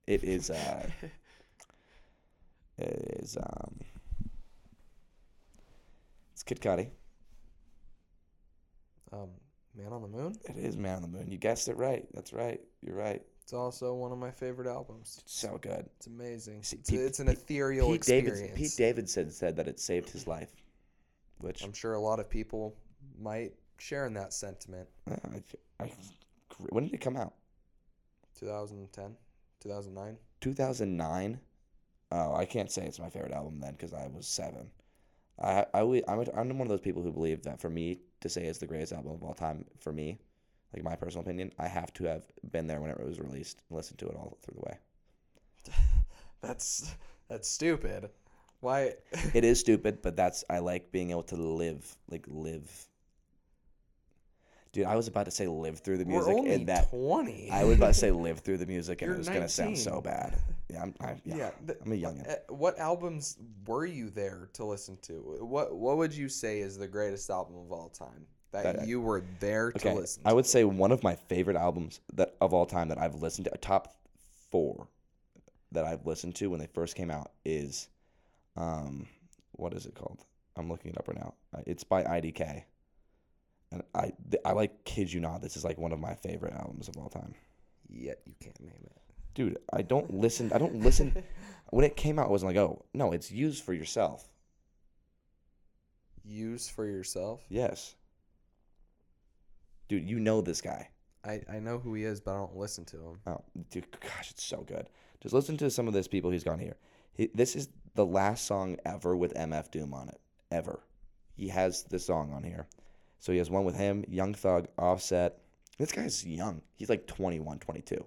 A: It is. Uh, it is. Um, it's Kid Cudi.
B: Um, Man on the Moon?
A: It is Man on the Moon. You guessed it right. That's right. You're right.
B: It's also one of my favorite albums.
A: It's so good.
B: It's amazing.
A: See,
B: it's, a-
A: Pete-
B: it's an
A: Pete-
B: ethereal
A: Pete
B: experience.
A: Davidson, Pete Davidson said that it saved his life, which
B: I'm sure a lot of people might share in that sentiment.
A: uh, I, I, when did it come out?
B: 2010, 2009.
A: 2009. Oh, I can't say it's my favorite album then because I was seven. I, I always- I'm, a, I'm one of those people who believe that for me to say it's the greatest album of all time, for me, like my personal opinion, I have to have been there when it was released and listened to it all through the way.
B: That's that's stupid. Why?
A: It is stupid, but that's I like being able to live, like live. Dude, I was about to say live through [LAUGHS] the music,
B: We're only
A: and that
B: 20.
A: I was about to say live through the music, and
B: [LAUGHS] You're
A: it was gonna sound
B: 19.
A: so bad. Yeah, I'm, I, yeah,
B: Yeah, th-
A: I'm a youngin.
B: Uh, What albums were you there to listen to? What What would you say is the greatest album of all time that,
A: That-
B: you were there
A: Okay,
B: to listen? to?
A: I would say one of my favorite albums that of all time that I've listened to, top four that I've listened to when they first came out is, um, what is it called? I'm looking it up right now. Uh, It's by IDK, and I th- I like kid you not. This is like one of my favorite albums of all time,
B: Yet you can't name it.
A: dude. I don't listen. I don't [LAUGHS]
B: [LAUGHS]
A: listen when it came out. I wasn't like, oh no, it's used for yourself.
B: Use for yourself.
A: Yes, dude, you know this guy.
B: I I know who he is, but I don't listen to him.
A: Oh, dude, gosh, it's so good. Just listen to some of this people he's gone here. He, this is the last song ever with MF Doom on it. Ever. He has this song on here. So he has one with him, Young Thug, Offset. This guy's young. He's like 21, 22. He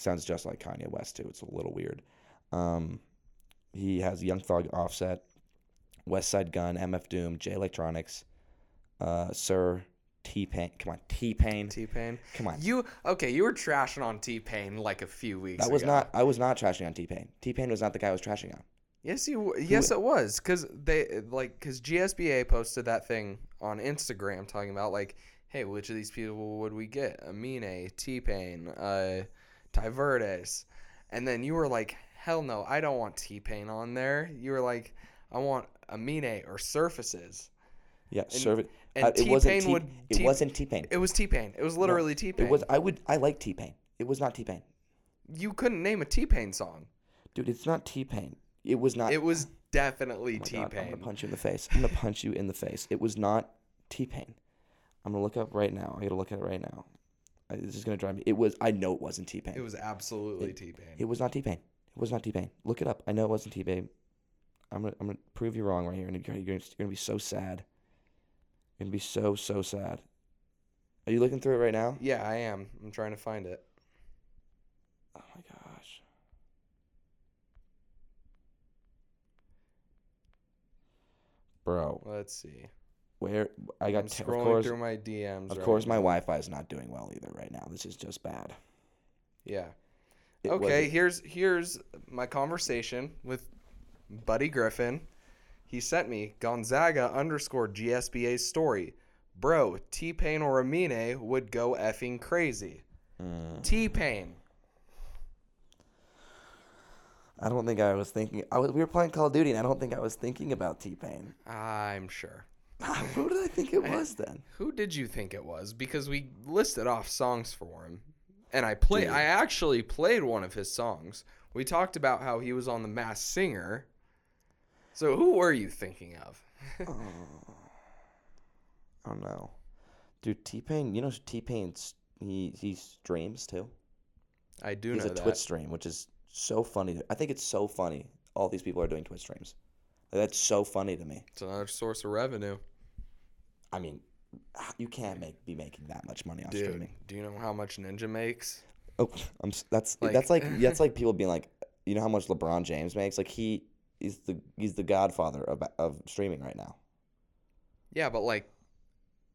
A: sounds just like Kanye West, too. It's a little weird. Um, he has Young Thug, Offset, West Side Gun, MF Doom, J Electronics, uh, Sir, T Pain. Come on, T Pain.
B: T Pain.
A: Come on.
B: You okay? You were trashing on T Pain like a few weeks.
A: That was
B: ago.
A: not. I was not trashing on T Pain. T Pain was not the guy I was trashing on.
B: Yes, you. w- Yes, it was because they like because GSBA posted that thing on Instagram talking about like, hey, which of these people would we get? Amine, T Pain, uh, Ty Verdes, and then you were like, hell no, I don't want T Pain on there. You were like, I want Amine or Surfaces.
A: Yeah, serve it.
B: and
A: uh, it wasn't
B: T-Pain
A: T.
B: would-
A: it
B: T-
A: wasn't T Pain.
B: It was T Pain. It was literally T Pain.
A: It was. I would. I like T Pain. It was not T Pain,
B: You couldn't name a T Pain song.
A: dude. It's not T Pain. It was not.
B: It was definitely
A: Oh
B: T
A: my God, I'm gonna
B: Pain.
A: punch you in the face. I'm gonna punch you in the face. It was not T Pain. I'm gonna look up right now. I gotta look at it right now. I, this is gonna drive me. It was. I know it wasn't T Pain.
B: It was absolutely T Pain.
A: It was not T Pain. It was not T Pain. Look it up. I know it wasn't T Pain. I'm gonna, I'm gonna prove you wrong right here, and you're gonna, you're gonna be so sad. You're gonna be so so sad. Are you looking through it right now?
B: Yeah, I am. I'm trying to find it.
A: Oh my gosh. Bro,
B: Let's see.
A: where I got
B: I'm
A: t- of
B: scrolling
A: course
B: through my DMs.
A: of
B: right
A: course
B: now.
A: my Wi-Fi is not doing well either right now. This is just bad.
B: Yeah.
A: It
B: okay,
A: wasn't-
B: here's here's my conversation with Buddy Griffin. He sent me Gonzaga underscore GSBA story. Bro, T Pain or Amine would go effing crazy.
A: Mm.
B: T Pain.
A: I don't think I was thinking. I was, we were playing Call of Duty, and I don't think I was thinking about T Pain.
B: I'm sure.
A: Who Ah, did I think it was
B: [LAUGHS]
A: then?
B: Who did you think it was? Because we listed off songs for him. And I play
A: Dude.
B: I actually played one of his songs. We talked about how he was on the mass singer. So who were you thinking of?
A: Oh. I don't know. Oh, Dude, T Pain. You know T Pain. He he streams too.
B: I do
A: He's
B: know
A: a
B: that.
A: Twitch stream, which is so funny. I think it's so funny. All these people are doing Twitch streams. Like, that's so funny to me.
B: It's another source of revenue.
A: I mean, h- you can't make be making that much money off
B: Dude,
A: streaming.
B: do you know how much Ninja makes?
A: Oh, [LAUGHS] I'm s- that's
B: Like-
A: that's
B: [LAUGHS]
A: like that's like people being like, you know how much LeBron James makes? Like he is the he's the godfather of of streaming right now.
B: Yeah, but like,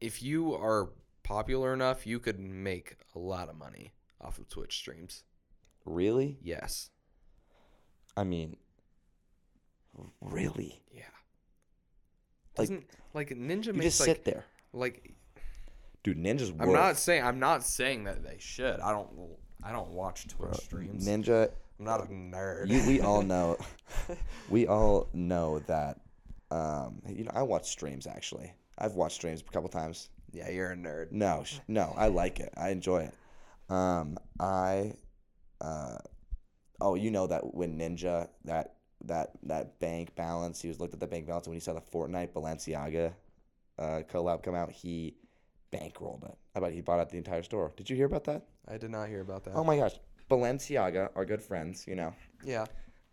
B: if you are popular enough, you could make a lot of money off of Twitch streams.
A: Really?
B: Yes.
A: I mean, really?
B: Yeah.
A: Like-
B: Doesn't like Ninja
A: You
B: makes
A: just
B: like
A: sit there,
B: like
A: dude. Ninja's
B: I'm
A: worth-
B: not saying I'm not saying that they should. I don't I don't watch Twitch streams.
A: Ninja.
B: I'm not a nerd.
A: You, we
B: [LAUGHS]
A: all [LAUGHS] know, we all know that. Um, you know, I watch streams actually. I've watched streams a couple times.
B: yeah, you're a nerd.
A: No, sh- no, I like it. I enjoy it. Um, I, uh, oh, you know that when Ninja that that that bank balance, he was looked at the bank balance and when he saw the Fortnite Balenciaga, uh, collab come out, he bankrolled it. I bet he bought out the entire store. Did you hear about that?
B: I did not hear about that.
A: Oh my gosh, Balenciaga, our good friends. You know,
B: yeah.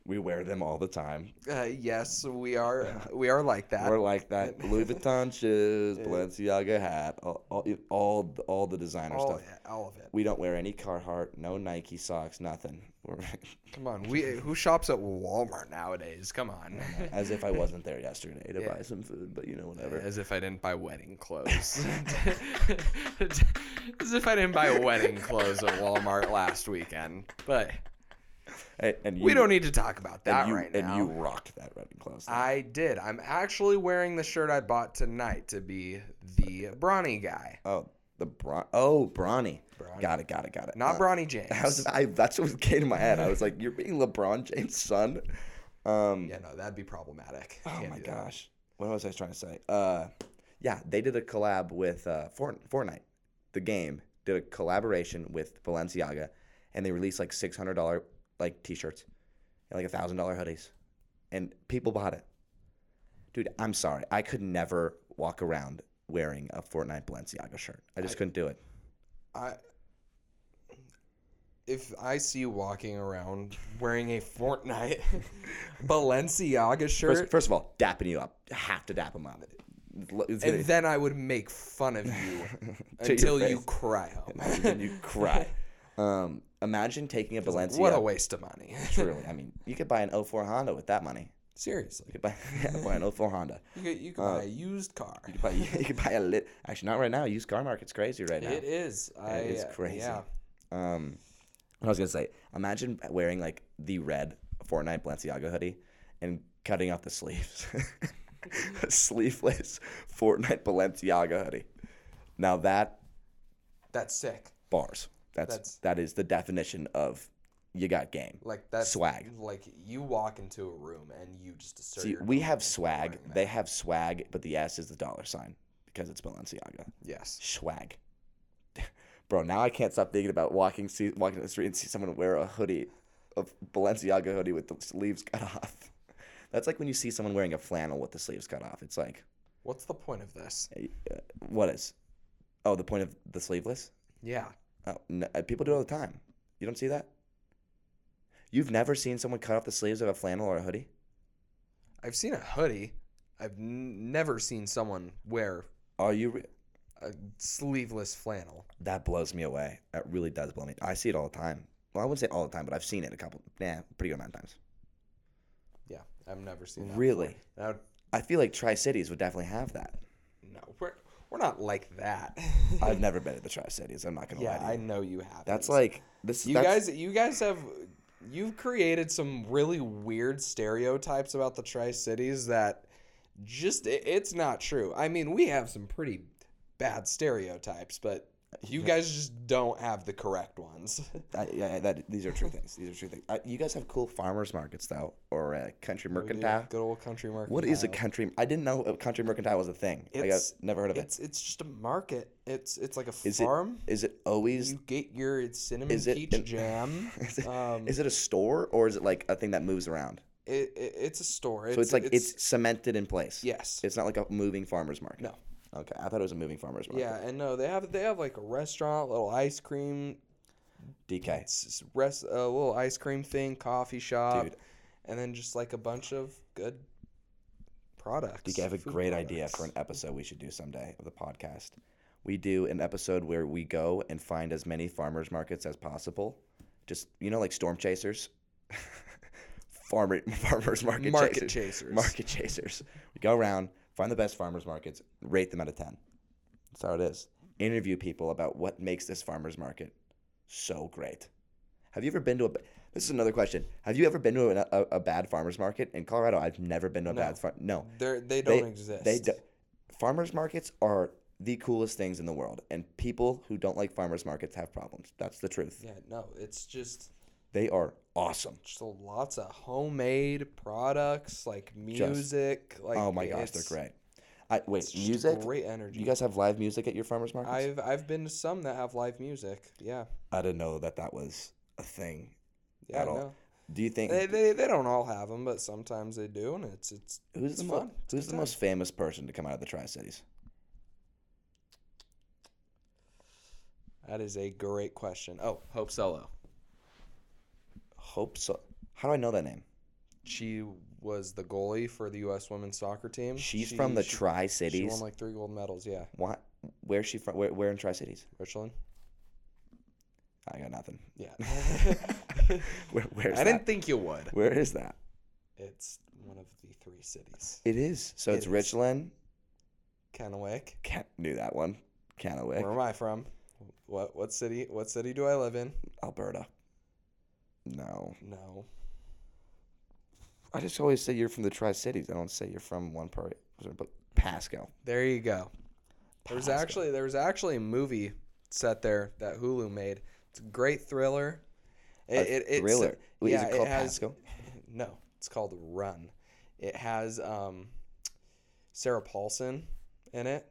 A: we wear them all the time.
B: Uh, yes, we are we are like that.
A: We're like that Louis Vuitton shoes, Balenciaga hat, all all all, all the designer
B: all,
A: stuff.
B: all of it.
A: We don't wear any Carhartt, no Nike socks, nothing. We're, [LAUGHS]
B: Come on. We who shops at Walmart nowadays? Come on.
A: as
B: [LAUGHS]
A: if I wasn't there yesterday to
B: Yeah.
A: buy some food, but you know whatever.
B: As if I didn't buy wedding
A: [LAUGHS]
B: clothes. [LAUGHS] As if I didn't buy wedding clothes at Walmart last weekend. But
A: Hey, and you,
B: we don't need to talk about
A: and
B: that
A: you,
B: right
A: and
B: now.
A: you rocked that wedding clothes. thing.
B: I did. I'm actually wearing the shirt I bought tonight to be the brawny guy.
A: oh, the bron. Oh, Bronny.
B: Bronny.
A: Got it. Got it. Got it.
B: Not
A: Uh,
B: brawny James.
A: I
B: [LAUGHS]
A: was, I, that's what came to my head. I was like, "You're being LeBron James' son." Um,
B: yeah, no, that'd be problematic.
A: Oh
B: Can't
A: my
B: do that.
A: gosh. What was I trying to say? Uh, yeah, they did a collab with uh, Fort- Fortnite. The game did a collaboration with Balenciaga, and they released like six hundred dollar like T-shirts and like thousand dollar hoodies, and people bought it. Dude, I'm sorry, I could never walk around wearing a Fortnite Balenciaga shirt. I just couldn't do it.
B: I if I see you walking around wearing a Fortnite [LAUGHS] Balenciaga shirt,
A: First, first of all, dapping you up, have to dap them up. It's gonna-
B: and then I would make fun [LAUGHS] of you
A: To
B: until
A: your
B: you
A: face.
B: cry [LAUGHS] home.
A: [LAUGHS] and then you
B: [LAUGHS]
A: cry. Um, imagine taking a Balenciaga.
B: What a waste of money. [LAUGHS]
A: Truly, I mean, you could buy an 04 Honda with that money.
B: Seriously.
A: You could buy, [LAUGHS] yeah, buy an 04 Honda.
B: You could, you could Uh, buy a used car.
A: You could buy, [LAUGHS] you could buy a lit. Actually, not right now. Used car market's crazy right now.
B: It is. I, uh,
A: is crazy.
B: Yeah.
A: Um, what I was gonna say, imagine wearing like the red Fortnite Balenciaga hoodie and cutting off the sleeves. [LAUGHS] a sleeveless Fortnite Balenciaga hoodie. Now that
B: That's sick.
A: bars. That's,
B: That's-
A: that is the definition of you got game.
B: Like that's
A: Swag.
B: Like you walk into a room and you just assert.
A: See,
B: your
A: we have
B: dominance by
A: swag.
B: wearing that.
A: They have swag, but the S is the dollar sign because it's Balenciaga.
B: Yes.
A: Swag. [LAUGHS] Bro, now I can't stop thinking about walking see, walking down the street and see someone wear a hoodie, a Balenciaga hoodie with the sleeves cut [LAUGHS] off. That's like when you see someone wearing a flannel with the sleeves cut off. It's like,
B: What's the point of this?
A: uh, what is? Oh, the point of the sleeveless?
B: Yeah.
A: Oh, n uh, people do it all the time. You don't see that? You've never seen someone cut off the sleeves of a flannel or a hoodie?
B: I've seen a hoodie. I've n- never seen someone wear
A: Are you? Re-
B: a sleeveless flannel.
A: that blows me away. That really does blow me. I see it all the time. Well, I wouldn't say all the time, but I've seen it a couple, nah, pretty good amount of times.
B: Yeah, I've never seen that.
A: Really,
B: And I would-
A: I feel like Tri Cities would definitely have that.
B: no, we're, we're not like that.
A: I've never been to the Tri Cities. I'm not gonna
B: [LAUGHS] yeah,
A: lie to
B: I
A: you.
B: know you have.
A: that's like this.
B: you
A: that's-
B: guys. You guys have you've created some really weird stereotypes about the Tri Cities that just it, it's not true. I mean, we have some pretty bad stereotypes, but you guys just don't have the correct ones. [LAUGHS]
A: I, yeah, that these are true things. These are true things. Uh, you guys have cool farmers markets though, or uh, country
B: We do
A: mercantile.
B: Good old country market.
A: What is a country? I didn't know a country mercantile was a thing. Like, I've
B: It's-
A: never heard of it.
B: It's it's just a market. It's it's like a
A: Is it-
B: farm.
A: Is it always?
B: you get your cinnamon
A: is it
B: peach
A: an-
B: jam.
A: [LAUGHS] Is it,
B: Um,
A: is it a store or is it like a thing that moves around?
B: it, it, it's a store. It's,
A: so it's like it's, cemented in place.
B: yes.
A: It's not like a moving farmers market.
B: No.
A: Okay, I thought it was a moving farmers market.
B: yeah, and no, they have they have like a restaurant, little ice cream,
A: DK.
B: s- s- rest a little ice cream thing, coffee shop,
A: Dude.
B: and then just like a bunch of good products.
A: DK, I have a
B: food
A: great idea
B: products.
A: for an episode we should do someday of the podcast. We do an episode where we go and find as many farmers markets as possible. Just you know, like storm chasers, [LAUGHS] farmer farmers market,
B: market
A: chasers.
B: chasers.
A: market chasers. We go around, find the best farmers markets, rate them out of 10. That's how it is. Interview people about what makes this farmers market so great. Have you ever been to a ba- This is another question. Have you ever been to a, a, a bad farmers market in Colorado? I've never been to a
B: No.
A: bad farm. No.
B: They're, they don't exist.
A: They do, farmers markets are the coolest things in the world and people who don't like farmers markets have problems. That's the truth.
B: Yeah, no, it's just
A: They are awesome.
B: just lots of homemade products like music. like
A: oh my gosh, they're
B: it's-
A: great. I, wait,
B: it's just
A: music?
B: great energy.
A: You guys have live music at your farmers markets?
B: I've I've been to some that have live music. Yeah,
A: I didn't know that that was a thing
B: yeah,
A: at all.
B: no.
A: Do you think
B: They, they they don't all have them, but sometimes they do, and it's it's
A: who's
B: it's
A: the
B: fun.
A: mo- who's the most famous person to come out of the Tri Cities?
B: That is a great question. Oh, Hope Solo.
A: Hope so. How do I know that name?
B: She was the goalie for the U.S. women's soccer team.
A: She's
B: Mm, She-
A: from the
B: she,
A: Tri
B: She
A: Cities.
B: won like three gold medals. Yeah,
A: what? Where's she from? Where, where in Tri [LAUGHS]
B: [LAUGHS]
A: Cities?
B: Richland.
A: I got nothing. [LAUGHS]
B: Yeah. [LAUGHS]
A: Where, where's
B: I
A: that?
B: didn't think you would.
A: Where is that?
B: It's one of the three cities.
A: It is. So it's
B: It is.
A: Richland.
B: Kennewick.
A: Can't knew that one. Kennewick,
B: Where am I from? What what city? What city do I live in?
A: Alberta. No,
B: No.
A: I just always say you're from the Tri Cities. I don't say you're from one part. But Pasco.
B: There you go. There was
A: Pasco.
B: actually there was actually a movie set there that Hulu made. It's a great thriller. It,
A: A thriller. Wait, is
B: yeah,
A: it called
B: has-
A: Pasco?
B: [LAUGHS] No, it's called Run. It has um, Sarah Paulson in it.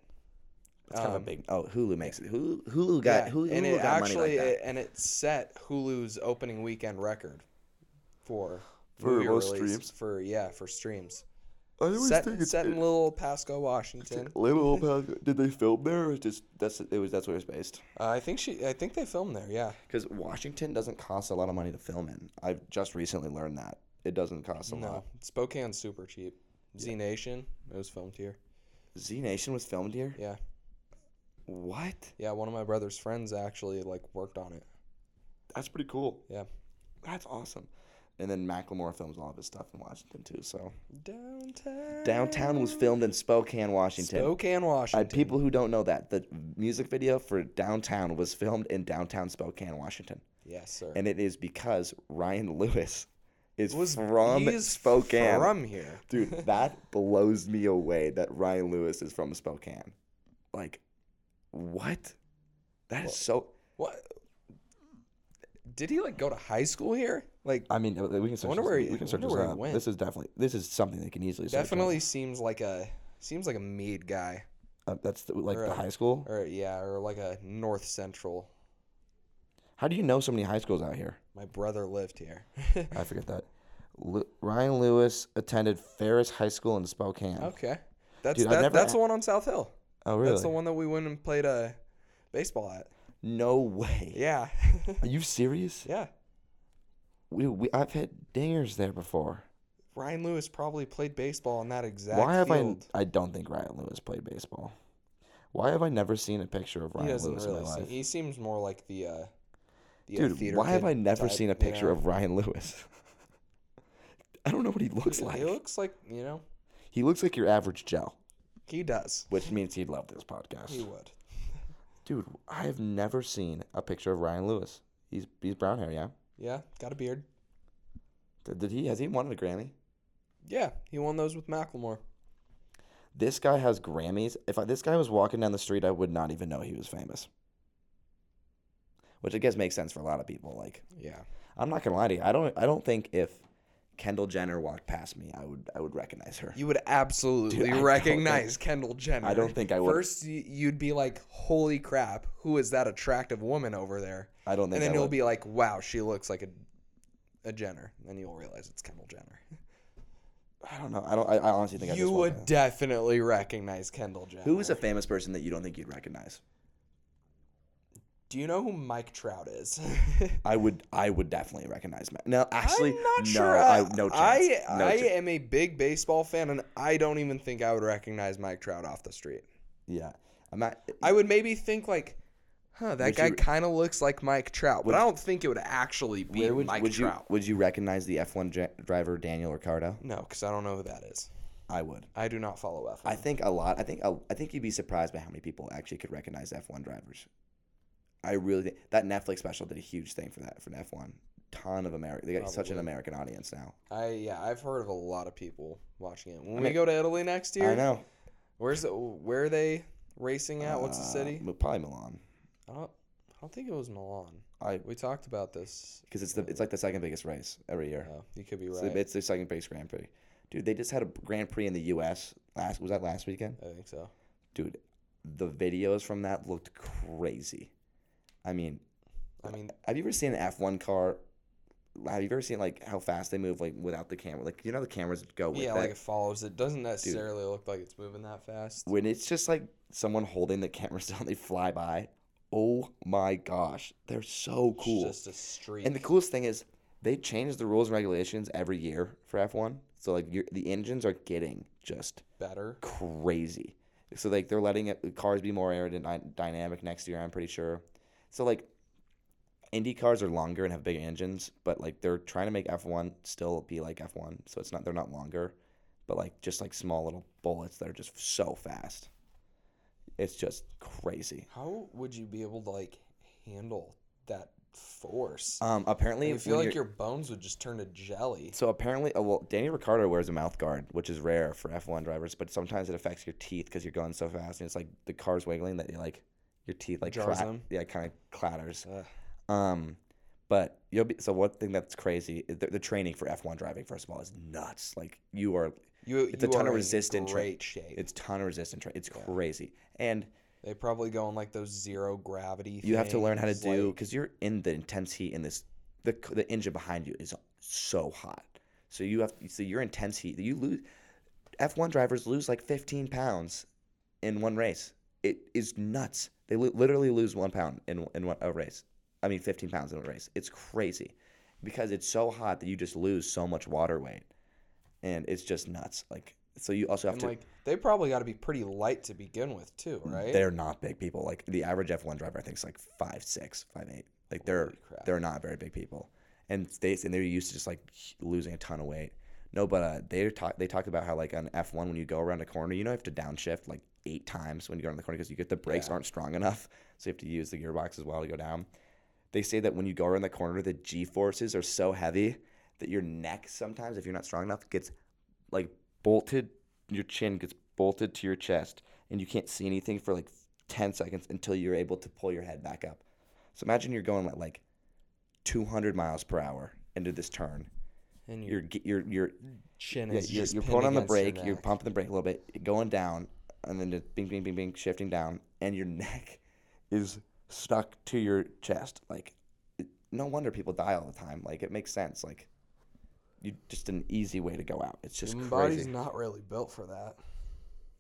A: It's kind of
B: Um,
A: a big. Oh, Hulu makes it. Hulu, Hulu got
B: yeah,
A: Hulu,
B: and
A: Hulu
B: it
A: got money
B: actually
A: like that.
B: and it set Hulu's opening weekend record for
A: For
B: movie
A: most
B: release,
A: streams?
B: for yeah for streams.
A: I always
B: Set,
A: think it's
B: set in little Pasco, Washington.
A: Little Old Pasco. Did they film there? Or just that's it was that's where it's based.
B: Uh, I think she. I think they filmed there. Yeah.
A: Because Washington doesn't cost a lot of money to film in. I've just recently learned that it doesn't cost a lot.
B: No, Spokane's super cheap. Z Nation, it was filmed here.
A: Z Nation was filmed here.
B: Yeah,
A: What?
B: yeah. One of my brother's friends actually like worked on it.
A: That's pretty cool.
B: Yeah.
A: That's awesome. And then Macklemore films all of his stuff in Washington too. So
B: Downtown.
A: downtown was filmed in Spokane, Washington.
B: Spokane,
A: Uh,
B: Washington.
A: people who don't know that the music video for Downtown was filmed in downtown Spokane, Washington.
B: yes, sir.
A: and it is because Ryan Lewis is
B: Was-
A: from
B: he is
A: Spokane.
B: From here, [LAUGHS]
A: Dude, that blows me away that Ryan Lewis is from Spokane. Like, what? That is so.
B: What? Did he like go to high school here? Like,
A: I mean, uh, we can search.
B: wonder
A: this-
B: where he-
A: we
B: I
A: can search
B: wonder
A: this
B: where he
A: up.
B: went.
A: This is definitely this is something that can easily search up.
B: definitely seems like a seems like a Mead guy,
A: Uh, that's the, like
B: or
A: the
B: a-
A: high school.
B: or yeah, or like a North Central.
A: How do you know so many high schools out here?
B: My brother lived here. [LAUGHS]
A: I forget that. Lu- Ryan Lewis attended Ferris High School in Spokane.
B: okay, that's
A: Dude, I
B: that,
A: never
B: that's
A: a-
B: the one on South Hill.
A: Oh, really?
B: That's the one that we went and played uh, baseball at.
A: No way.
B: Yeah. [LAUGHS]
A: Are you serious?
B: yeah.
A: We, we I've hit dingers there before.
B: Ryan Lewis probably played baseball in that exact
A: Why have
B: field.
A: I? I don't think Ryan Lewis played baseball. Why have I never seen a picture of
B: he
A: Ryan
B: doesn't
A: Lewis in
B: really.
A: my life?
B: Seem, he seems more like the, uh, the uh,
A: Dude,
B: theater
A: why have
B: kid
A: I never
B: type,
A: seen a
B: you
A: picture
B: know?
A: of Ryan Lewis? [LAUGHS] I don't know what he looks like.
B: He looks like you know
A: He looks like your average Joe,
B: he does.
A: which means he'd love this podcast. [SIGHS]
B: He would.
A: Dude, I have never seen a picture of Ryan Lewis. He's he's brown hair, yeah.
B: Yeah, got a beard.
A: Did, did he has he won a Grammy?
B: Yeah, he won those with Macklemore.
A: This guy has Grammys. If I, this guy was walking down the street, I would not even know he was famous. Which I guess makes sense for a lot of people. Like
B: Yeah.
A: I'm not gonna lie to you, I don't I don't think if Kendall Jenner walked past me, I would I would recognize her.
B: You would absolutely
A: I don't
B: recognize Kendall Jenner.
A: I don't think I would.
B: First, y- you'd be like, "Holy crap, who is that attractive woman over there?"
A: I don't think.
B: And then
A: I
B: you'll
A: would.
B: be like, "Wow, she looks like a a Jenner." Then you'll realize it's Kendall Jenner.
A: I don't know. I don't. I, I honestly think I
B: you
A: just
B: would
A: would.
B: definitely recognize Kendall Jenner.
A: Who is a famous person that you don't think you'd recognize?
B: Do you know who Mike Trout is?
A: I would. I would definitely recognize. Ma- no, [LAUGHS] actually,
B: I'm not
A: no.
B: sure.
A: I,
B: I,
A: no chance.
B: I,
A: no
B: I
A: chance.
B: am a big baseball fan, and I don't even think I would recognize Mike Trout off the street.
A: Yeah. I'm not.
B: I would maybe think like, huh, that
A: Would
B: guy
A: you-
B: kind of looks like Mike Trout, but
A: Would-
B: I don't think it would actually be
A: Where would,
B: Mike
A: would you
B: Trout.
A: would you recognize the F one driver Daniel Ricciardo?
B: No, because I don't know who that is.
A: I would.
B: I do not follow F.
A: I think a lot. I think a, I think you'd be surprised by how many people actually could recognize F one drivers. I really think that Netflix special did a huge thing for that for F one. Ton of America. They got such an
B: Probably.
A: American audience now.
B: I yeah, I've heard of a lot of people watching it. When
A: I
B: we
A: mean-
B: go to Italy next year,
A: I know.
B: where's it, where are they racing at? What's the
A: Uh,
B: city?
A: but Probably Milan.
B: I don't, I don't think it was Milan.
A: Uh, I
B: We talked about this.
A: because it's the it's like the second biggest race every year.
B: Oh, you could be
A: It's,
B: right.
A: the, it's the second biggest Grand Prix. Dude, they just had a Grand Prix in the U.S. last was that last weekend.
B: I think so.
A: Dude, the videos from that looked crazy. I mean,
B: I mean,
A: have you ever seen an F one car? Have you ever seen like how fast they move like without the camera? Like you know the cameras go with
B: yeah,
A: that.
B: like it follows. It doesn't necessarily look like it's moving that fast.
A: when it's just like someone holding the [LAUGHS] camera still and they fly by. Oh my gosh, they're so
B: It's
A: cool.
B: just a streak.
A: And the coolest thing is they change the rules and regulations every year for F one. So like you the engines are getting just
B: better.
A: crazy. So like they're letting it, the cars be more aerodynamic next year. I'm pretty sure. So like, Indy cars are longer and have big engines, but like they're trying to make F1 still be like F1. So it's not they're not longer, but like just like small little bullets that are just so fast. It's just crazy.
B: How would you be able to like handle that force?
A: Um, apparently,
B: I feel
A: when
B: like
A: you're-
B: your bones would just turn to jelly.
A: so apparently, oh, well, Danny Ricardo wears a mouth guard, which is rare for F1 drivers, but sometimes it affects your teeth because you're going so fast and it's like the car's wiggling that you like your teeth like
B: Jars
A: cla-
B: them.
A: yeah, kind of clatters.
B: Ugh.
A: Um, but you'll be so one thing that's crazy. is The, the training for F1 driving, first of all, is nuts. Like you are,
B: You,
A: It's a
B: you
A: ton
B: are
A: of
B: in
A: resistant tra-
B: Great shape.
A: it's ton of resistant. Tra- it's crazy, and
B: they probably go on like those zero gravity.
A: you have to learn how to
B: things,
A: do
B: like-
A: because you're in the intense heat. In this, the c- the engine behind you is so hot. So you have so your intense heat. You lose. F1 drivers lose like 15 pounds in one race. It is nuts. They li- literally lose one pound in in one a race. I mean, 15 pounds in a race. It's crazy because it's so hot that you just lose so much water weight, and it's just nuts. Like so, you also have
B: and,
A: to.
B: like they probably got to be pretty light to begin with too, right?
A: Mm, They're not big people. Like the average F1 driver, I think is like five six, five eight. Like they're
B: Holy crap.
A: they're not very big people, and they and they're used to just like losing a ton of weight. No, but uh, they talk they talked about how like on F1 when you go around a corner, you know you have to downshift like eight times when you go around the corner because you get the brakes
B: Yeah.
A: aren't strong enough, so you have to use the gearbox as well to go down. They say that when you go around the corner, the G forces are so heavy that your neck sometimes, if you're not strong enough, gets like bolted. Your chin gets bolted to your chest, and you can't see anything for like ten seconds until you're able to pull your head back up. So imagine you're going at like 200 miles per hour into this turn.
B: and your
A: You're ge- you're you're
B: chin
A: yeah,
B: is
A: you're,
B: just
A: you're
B: pinned
A: pulling on the
B: against your
A: brake, you're
B: neck.
A: pumping the brake a little bit, going down, and then just bing, bing, bing, bing, shifting down, and your [LAUGHS] neck is stuck to your chest. Like, it, no wonder people die all the time. Like, it makes sense. Like, you just an easy way to go out. It's just
B: Human body's
A: crazy.
B: not really built for that.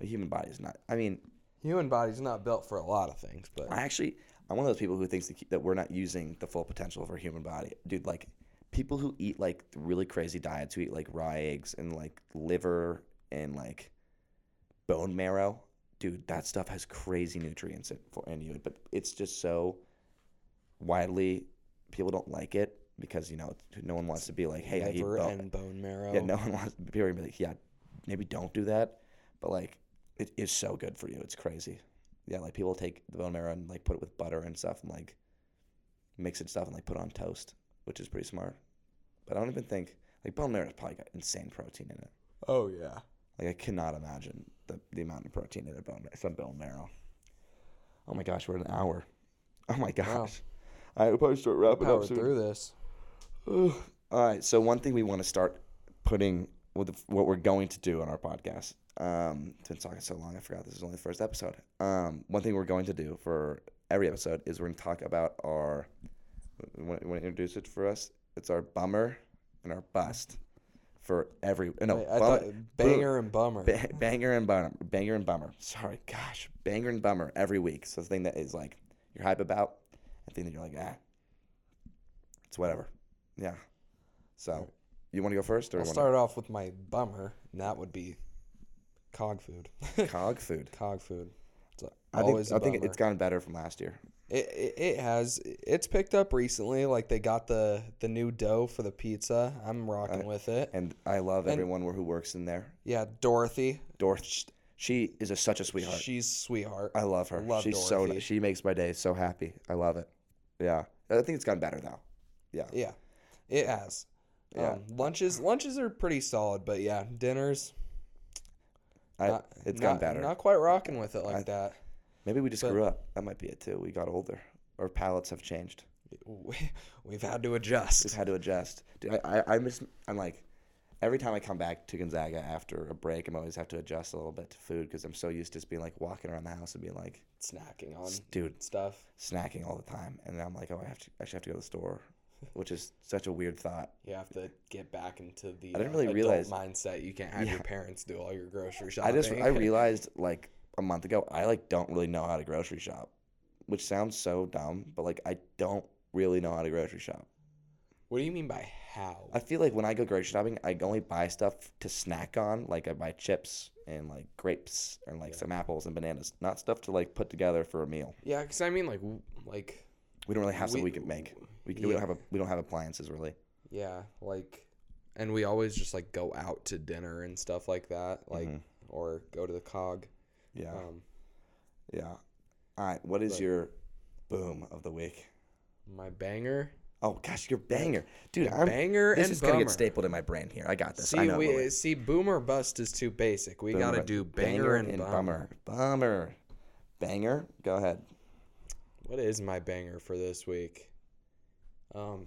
A: The human body's not. I mean,
B: Human body's not built for a lot of things, but
A: I actually, I'm one of those people who thinks that, that we're not using the full potential of our human body, dude. Like, people who eat like really crazy diets, who eat like raw eggs and like liver and like bone marrow, dude, that stuff has crazy nutrients in- for in you. But it's just so widely people don't like it because you know no one wants to be like, hey, I eat
B: liver
A: bone.
B: and bone marrow.
A: Yeah, no one wants people are gonna be like, yeah, maybe don't do that, but like it is so good for you. It's crazy. Yeah, like people take the bone marrow and like put it with butter and stuff and like mix it stuff and like put it on toast, which is pretty smart. But I don't even think like bone marrow's probably got insane protein in it.
B: Oh yeah.
A: Like I cannot imagine the, the amount of protein in a bone from bone marrow. Oh my gosh, we're at an hour. Oh my gosh. All right, we'll probably start wrapping
B: Power
A: up soon.
B: through this.
A: Ugh. All right. So one thing we want to start putting with the, what we're going to do on our podcast. Um, it's been talking so long, I forgot this is only the first episode. Um, one thing we're going to do for every episode is we're going to talk about our. Want to introduce it for us? It's our bummer and our bust for every. No,
B: Wait, I
A: bum-
B: thought banger and bummer.
A: Ba- banger and bummer, banger and bummer. Sorry, gosh, banger and bummer every week. So the thing that is like you're hype about, and thing that you're like, ah, it's whatever. Yeah. So you want to go first or
B: I'll
A: wanna-
B: start off with my bummer, and that would be cog food.
A: cog food?
B: [LAUGHS] cog food. It's a-
A: I think
B: always
A: I
B: a
A: think
B: bummer.
A: it's gotten better from last year.
B: It, it it has it's picked up recently. Like they got the the new dough for the pizza. I'm rocking
A: Uh,
B: with it.
A: And I love
B: And-
A: everyone who works in there.
B: Yeah, Dorothy,
A: Dorothy, she is a, such a sweetheart.
B: she's sweetheart.
A: I love her.
B: love
A: She's so
B: Dorothy.
A: ni- she makes my day so happy. I love it. Yeah, I think it's gotten better now. Yeah,
B: yeah, it has.
A: Yeah.
B: Um, lunches lunches are pretty solid, but yeah, dinners.
A: I,
B: not,
A: it's gotten
B: not,
A: better.
B: Not quite rocking with it like
A: I-
B: that.
A: Maybe we just
B: But-
A: grew up. That might be it too. We got older. Our palates have changed.
B: We, we've had to
A: We've
B: adjust.
A: had to adjust. Dude, I, I, I miss, I'm like, every time I come back to Gonzaga after a break, I'm always have to adjust a little bit to food because I'm so used to just being like walking around the house and being like,
B: Snacking on
A: "S- dude,
B: stuff.
A: snacking all the time. And then I'm like, oh, I have to actually have to go to the store, which is such a weird thought.
B: You have to get back into the
A: I didn't
B: uh,
A: really
B: adult
A: realize-
B: mindset. You can't have
A: Yeah.
B: your parents do all your grocery
A: I
B: shopping.
A: just,
B: [LAUGHS]
A: I realized like a month ago, I like don't really know how to grocery shop, which sounds so dumb, but like I don't really know how to grocery shop.
B: What do you mean by how?
A: I feel like when I go grocery shopping, I only buy stuff to snack on. Like I buy chips and like grapes and like
B: Yeah.
A: some apples and bananas, not stuff to like put together for a meal.
B: Yeah, because I mean, like, w- like,
A: We don't really have stuff
B: We-
A: we can make. We, we don't
B: yeah.
A: have a we don't have appliances really.
B: yeah, like, and we always just like go out to dinner and stuff like that, like,
A: Mhm.
B: or go to the cog.
A: Yeah,
B: Um,
A: yeah. All right, what is
B: but-
A: your boom of the week?
B: my banger,
A: Oh gosh, your banger, dude. I'm
B: banger,
A: this
B: and
A: is gonna
B: bummer.
A: get stapled in my brain here. I got this. I
B: see,
A: know it will.
B: we see, boomer bust is too basic. We gotta
A: Boomer-
B: do banger, and, bummer.
A: bummer, bummer, banger. Go ahead.
B: What is my banger for this week? Um,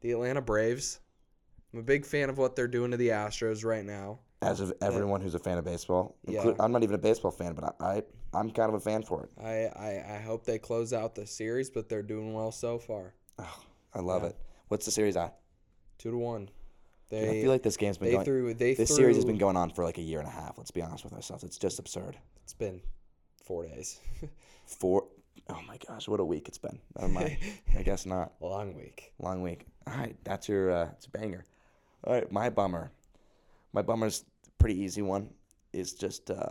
B: the Atlanta Braves. I'm a big fan of what they're doing to the Astros right now.
A: as of everyone who's a fan of baseball. inclu-
B: Yeah.
A: I'm not even a baseball fan, but I, I I'm kind of a fan for it.
B: I, I, I hope they close out the series, but they're doing well so far.
A: Oh, I love
B: Yeah.
A: it. What's the series at?
B: Two to one.
A: Dude,
B: They
A: I feel like this game's been
B: they
A: going.
B: threw they
A: this
B: threw,
A: series has been going on for like a year and a half. Let's be honest with ourselves. It's just absurd.
B: it's been four days.
A: Four. Oh my gosh, what a week it's been. [LAUGHS] Never
B: [LAUGHS]
A: mind. I guess not.
B: Long week.
A: Long week. All right, that's your uh, it's a banger. All right, my bummer. My bummer's a pretty easy one. Is just uh,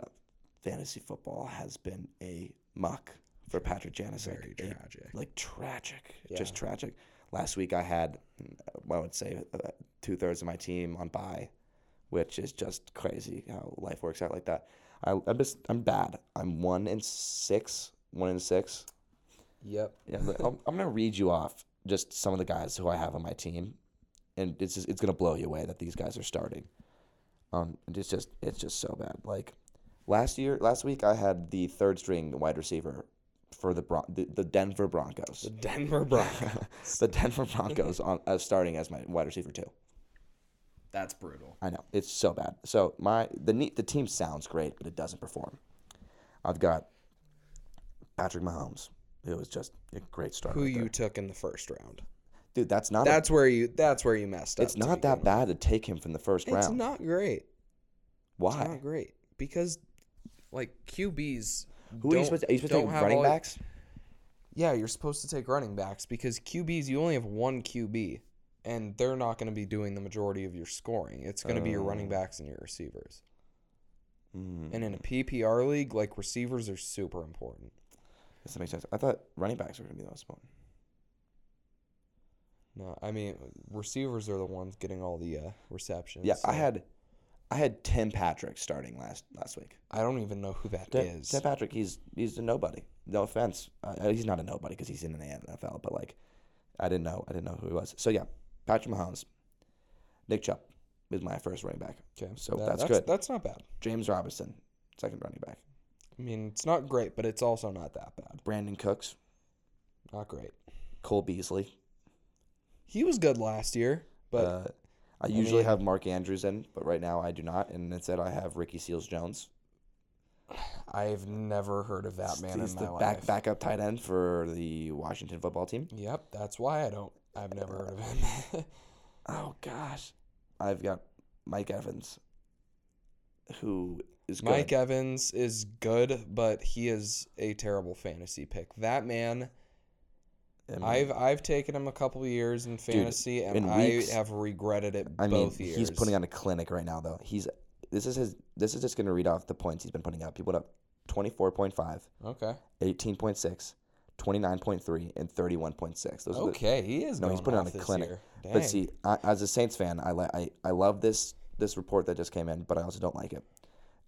A: fantasy football has been a muck for Patrick Janicek.
B: Very
A: A
B: tragic.
A: like tragic,
B: Yeah.
A: just tragic. Last week I had, mm, I would say, uh, two thirds of my team on bye, which is just crazy how life works out like that. I, I'm just, I'm bad. I'm one in six, one in six.
B: Yep.
A: Yeah, but I'm, I'm gonna read you off just some of the guys who I have on my team, and it's just, it's gonna blow you away that these guys are starting. Um, and it's just it's just so bad. Like last year, last week I had the third string wide receiver for the Bron- the, the Denver Broncos.
B: The Denver
A: [LAUGHS]
B: Broncos. [LAUGHS]
A: the Denver Broncos on as starting as my wide receiver too.
B: That's brutal.
A: I know it's so bad. So my the ne- the team sounds great, but it doesn't perform. I've got Patrick Mahomes, who was just a great starter.
B: Who
A: right
B: you
A: there.
B: took in the first round?
A: dude? That's not.
B: That's where you. That's where you messed
A: a,
B: up.
A: it's
B: to
A: not
B: begin
A: that
B: with.
A: bad to take him from the first
B: It's
A: round.
B: not great.
A: Why?
B: It's not great because, like QBs.
A: who are you
B: don't-
A: supposed to? Are you supposed to
B: don't
A: take
B: have
A: running
B: all-
A: backs?
B: Yeah, you're supposed to take running backs because QBs you only have one QB. and they're not going to be doing the majority of your scoring. It's going to be your running
A: Oh.
B: backs and your receivers.
A: Mm.
B: And in a PPR league, like receivers are super important.
A: Guess that makes sense. I thought running backs were gonna be the most important.
B: No, I mean receivers are the ones getting all the uh, receptions.
A: Yeah, I
B: so
A: had, I had Tim Patrick starting last last week.
B: I don't even know who that is.
A: Tim, Tim Patrick, he's he's a nobody. No offense, uh, he's not a nobody because he's in the NFL. But like, I didn't know, I didn't know who he was. So yeah, Patrick Mahomes, Nick Chubb is my first running back.
B: Okay,
A: so
B: that-
A: that's
B: that's
A: good.
B: That's not bad.
A: James Robinson, second running back. Uh,
B: I mean, it's not great, but it's also not that bad.
A: Brandon Cooks,
B: Not great.
A: Cole Beasley.
B: He was good last year, but
A: uh, I usually
B: mean-
A: have Mark Andrews in, but right now I do not, and instead I have Ricky Seals Jones. Uh,
B: I've never heard of that man
A: He's
B: in my
A: the
B: life.
A: back backup tight end for the Washington football team.
B: Yep, that's why I don't. I've never heard of
A: [LAUGHS]
B: him.
A: Oh gosh, I've got Mike Evans, who is good.
B: Mike Evans is good, but he is a terrible fantasy pick. That man,
A: I mean,
B: I've I've taken him a couple of years in fantasy,
A: in
B: and I
A: weeks-
B: have regretted it
A: I mean,
B: both years.
A: he's putting on a clinic right now though. He's this is his this is just gonna read off the points he's been putting up. He put up 24.5,
B: okay,
A: 18.6, 29.3, and 31.6. Those are the,
B: okay, he is.
A: No,
B: going
A: he's putting on
B: off
A: a
B: this
A: clinic.
B: year. Dang.
A: But see, I, as a Saints fan, I, li- I I love this this report that just came in, but I also don't like it.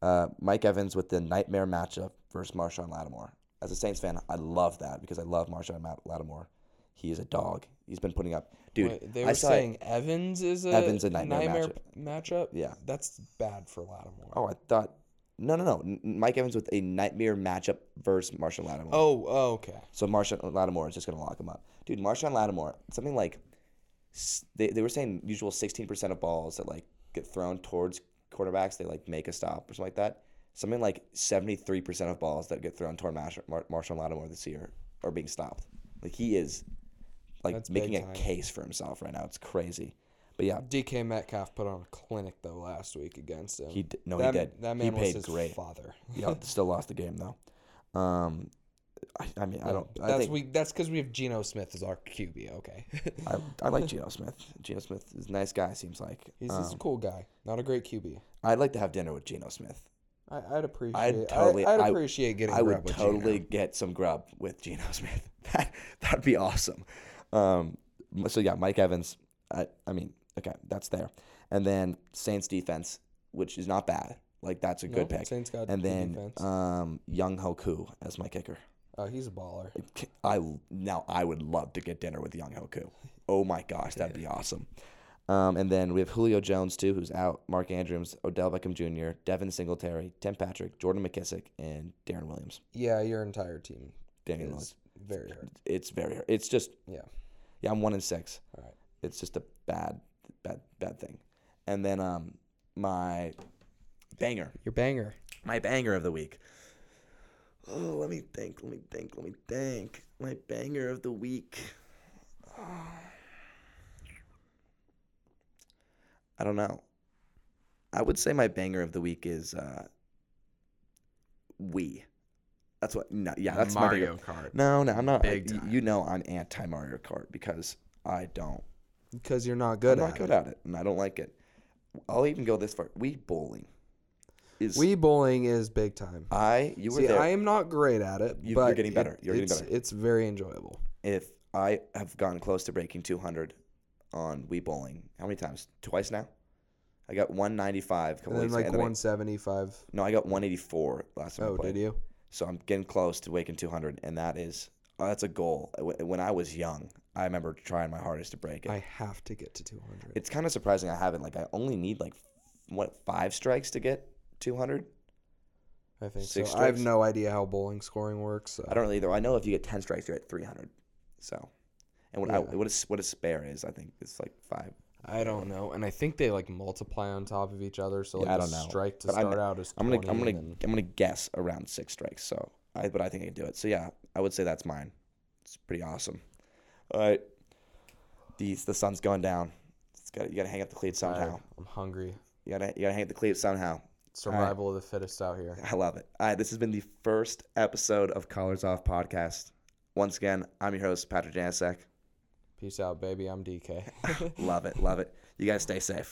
A: Uh, Mike Evans with the nightmare matchup versus Marshawn Lattimore. As a Saints fan, I love that because I love Marshawn Ma- Lattimore. He is a dog. He's been putting up, dude.
B: Wait, they
A: I
B: were
A: saw it-
B: saying Evans is a
A: Evans a nightmare
B: matchup.
A: Yeah.
B: that's bad for Lattimore.
A: Oh, I thought no, no, no. N- Mike Evans with a nightmare matchup versus Marshawn Lattimore.
B: Oh, oh, okay.
A: So Marshawn Lattimore is just gonna lock him up, dude. Marshawn Lattimore, something like s- they, they were saying usual sixteen percent of balls that like get thrown towards quarterbacks, they like make a stop or something like that. Something like seventy three percent of balls that get thrown toward Marsh- Mar- Marshawn Lattimore this year are being stopped. Like he is like
B: That's big
A: making a
B: time.
A: case for himself right now. It's crazy, but yeah,
B: DK Metcalf put on a clinic though last week against him.
A: he d- no
B: that,
A: he did.
B: That
A: he
B: man was
A: paid
B: his
A: great.
B: father.
A: yeah, still lost the game though. Um, I, I mean I don't.
B: But
A: I
B: that's
A: think-
B: we. That's because we have Geno Smith as our QB. Okay,
A: [LAUGHS] I, I like Geno Smith. Geno Smith is a nice guy, seems like.
B: he's, he's a
A: Um,
B: cool guy. Not a great QB.
A: I'd like to have dinner with Geno Smith.
B: I, I'd appreciate.
A: totally-
B: I, would
A: I-
B: appreciate getting.
A: I
B: grub
A: would
B: with
A: totally
B: Geno.
A: get some grub with Geno [LAUGHS] Smith. That that'd be awesome. Um, so yeah, Mike Evans. I, I mean, okay, that's there. And then Saints defense, which is not bad. Like that's a good
B: No,
A: pick.
B: Saints got
A: And
B: good
A: then
B: defense.
A: um, Young Hoku as my kicker.
B: oh, he's a baller.
A: I now I would love to get dinner with Young Hoku. Oh my gosh, that'd be awesome. Um, and then we have Julio Jones too, who's out. Mark Andrews, Odell Beckham Jr., Devin Singletary, Tim Patrick, Jordan McKissick, and Darren Williams.
B: Yeah, your entire team
A: Damian Lillard.
B: is very hurt.
A: It's very. It's just.
B: Yeah.
A: Yeah, I'm one in six.
B: All right.
A: It's just a bad, bad, bad thing. And then um, my banger,
B: Your banger.
A: my banger of the week. Oh, let me think. Let me think. Let me think. My banger of the week. [SIGHS] I don't know. I would say my banger of the week is uh, we. That's what. No, yeah, that's my banger.
B: Kart.
A: No, no, I'm not. I-
B: Big
A: y-
B: time.
A: you know, I'm anti Mario Kart because I don't.
B: Because you're not good
A: I'm
B: at
A: not good
B: it.
A: at it, and I don't like it. I'll even go this far. We bowling is
B: Wii bowling is big time.
A: I. You were
B: See,
A: there.
B: I am not great at it,
A: You- you're
B: but
A: getting better. You're getting
B: it's,
A: better.
B: It's very enjoyable.
A: if I have gotten close to breaking 200 on Wii bowling, how many times? Twice now. I got 195. a couple
B: And then
A: weeks
B: like
A: ago, and then I-
B: 175.
A: no, I got 184 last time I
B: Oh,
A: played.
B: did you?
A: So I'm getting close to waking 200, and that is oh, that's a goal. Wh- When I was young, I remember trying my hardest to break it.
B: I have to get to 200.
A: it's kind of surprising I haven't. Like I only need like what five strikes to get 200.
B: I think
A: Six
B: so. I have
A: strikes?
B: no idea how bowling scoring works. So.
A: I don't really though. I know if you get 10 strikes, you're at 300. So, and what I,
B: Yeah.
A: what a s- what a spare is, I think it's like five.
B: I don't know. And I think they like multiply on top of each other. So
A: Yeah,
B: like
A: I
B: a
A: don't know.
B: strike to
A: But I'm-
B: start out is
A: I'm
B: 20
A: gonna I'm gonna
B: and then-
A: I'm gonna guess around six strikes. So I but I think I can do it. So yeah, I would say that's mine. It's pretty awesome. All right, the the sun's going down. It's got you gotta hang up the cleats
B: Tired.
A: somehow.
B: I'm hungry.
A: You gotta you gotta hang up the cleats somehow.
B: Survival of the fittest out
A: [LAUGHS]
B: here.
A: I love it. All right, this has been the first episode of Collars Off podcast. Once again, I'm your host Patrick Janasek.
C: Peace out, baby. I'm DK.
A: Ah, Love it. Love it. You guys stay safe.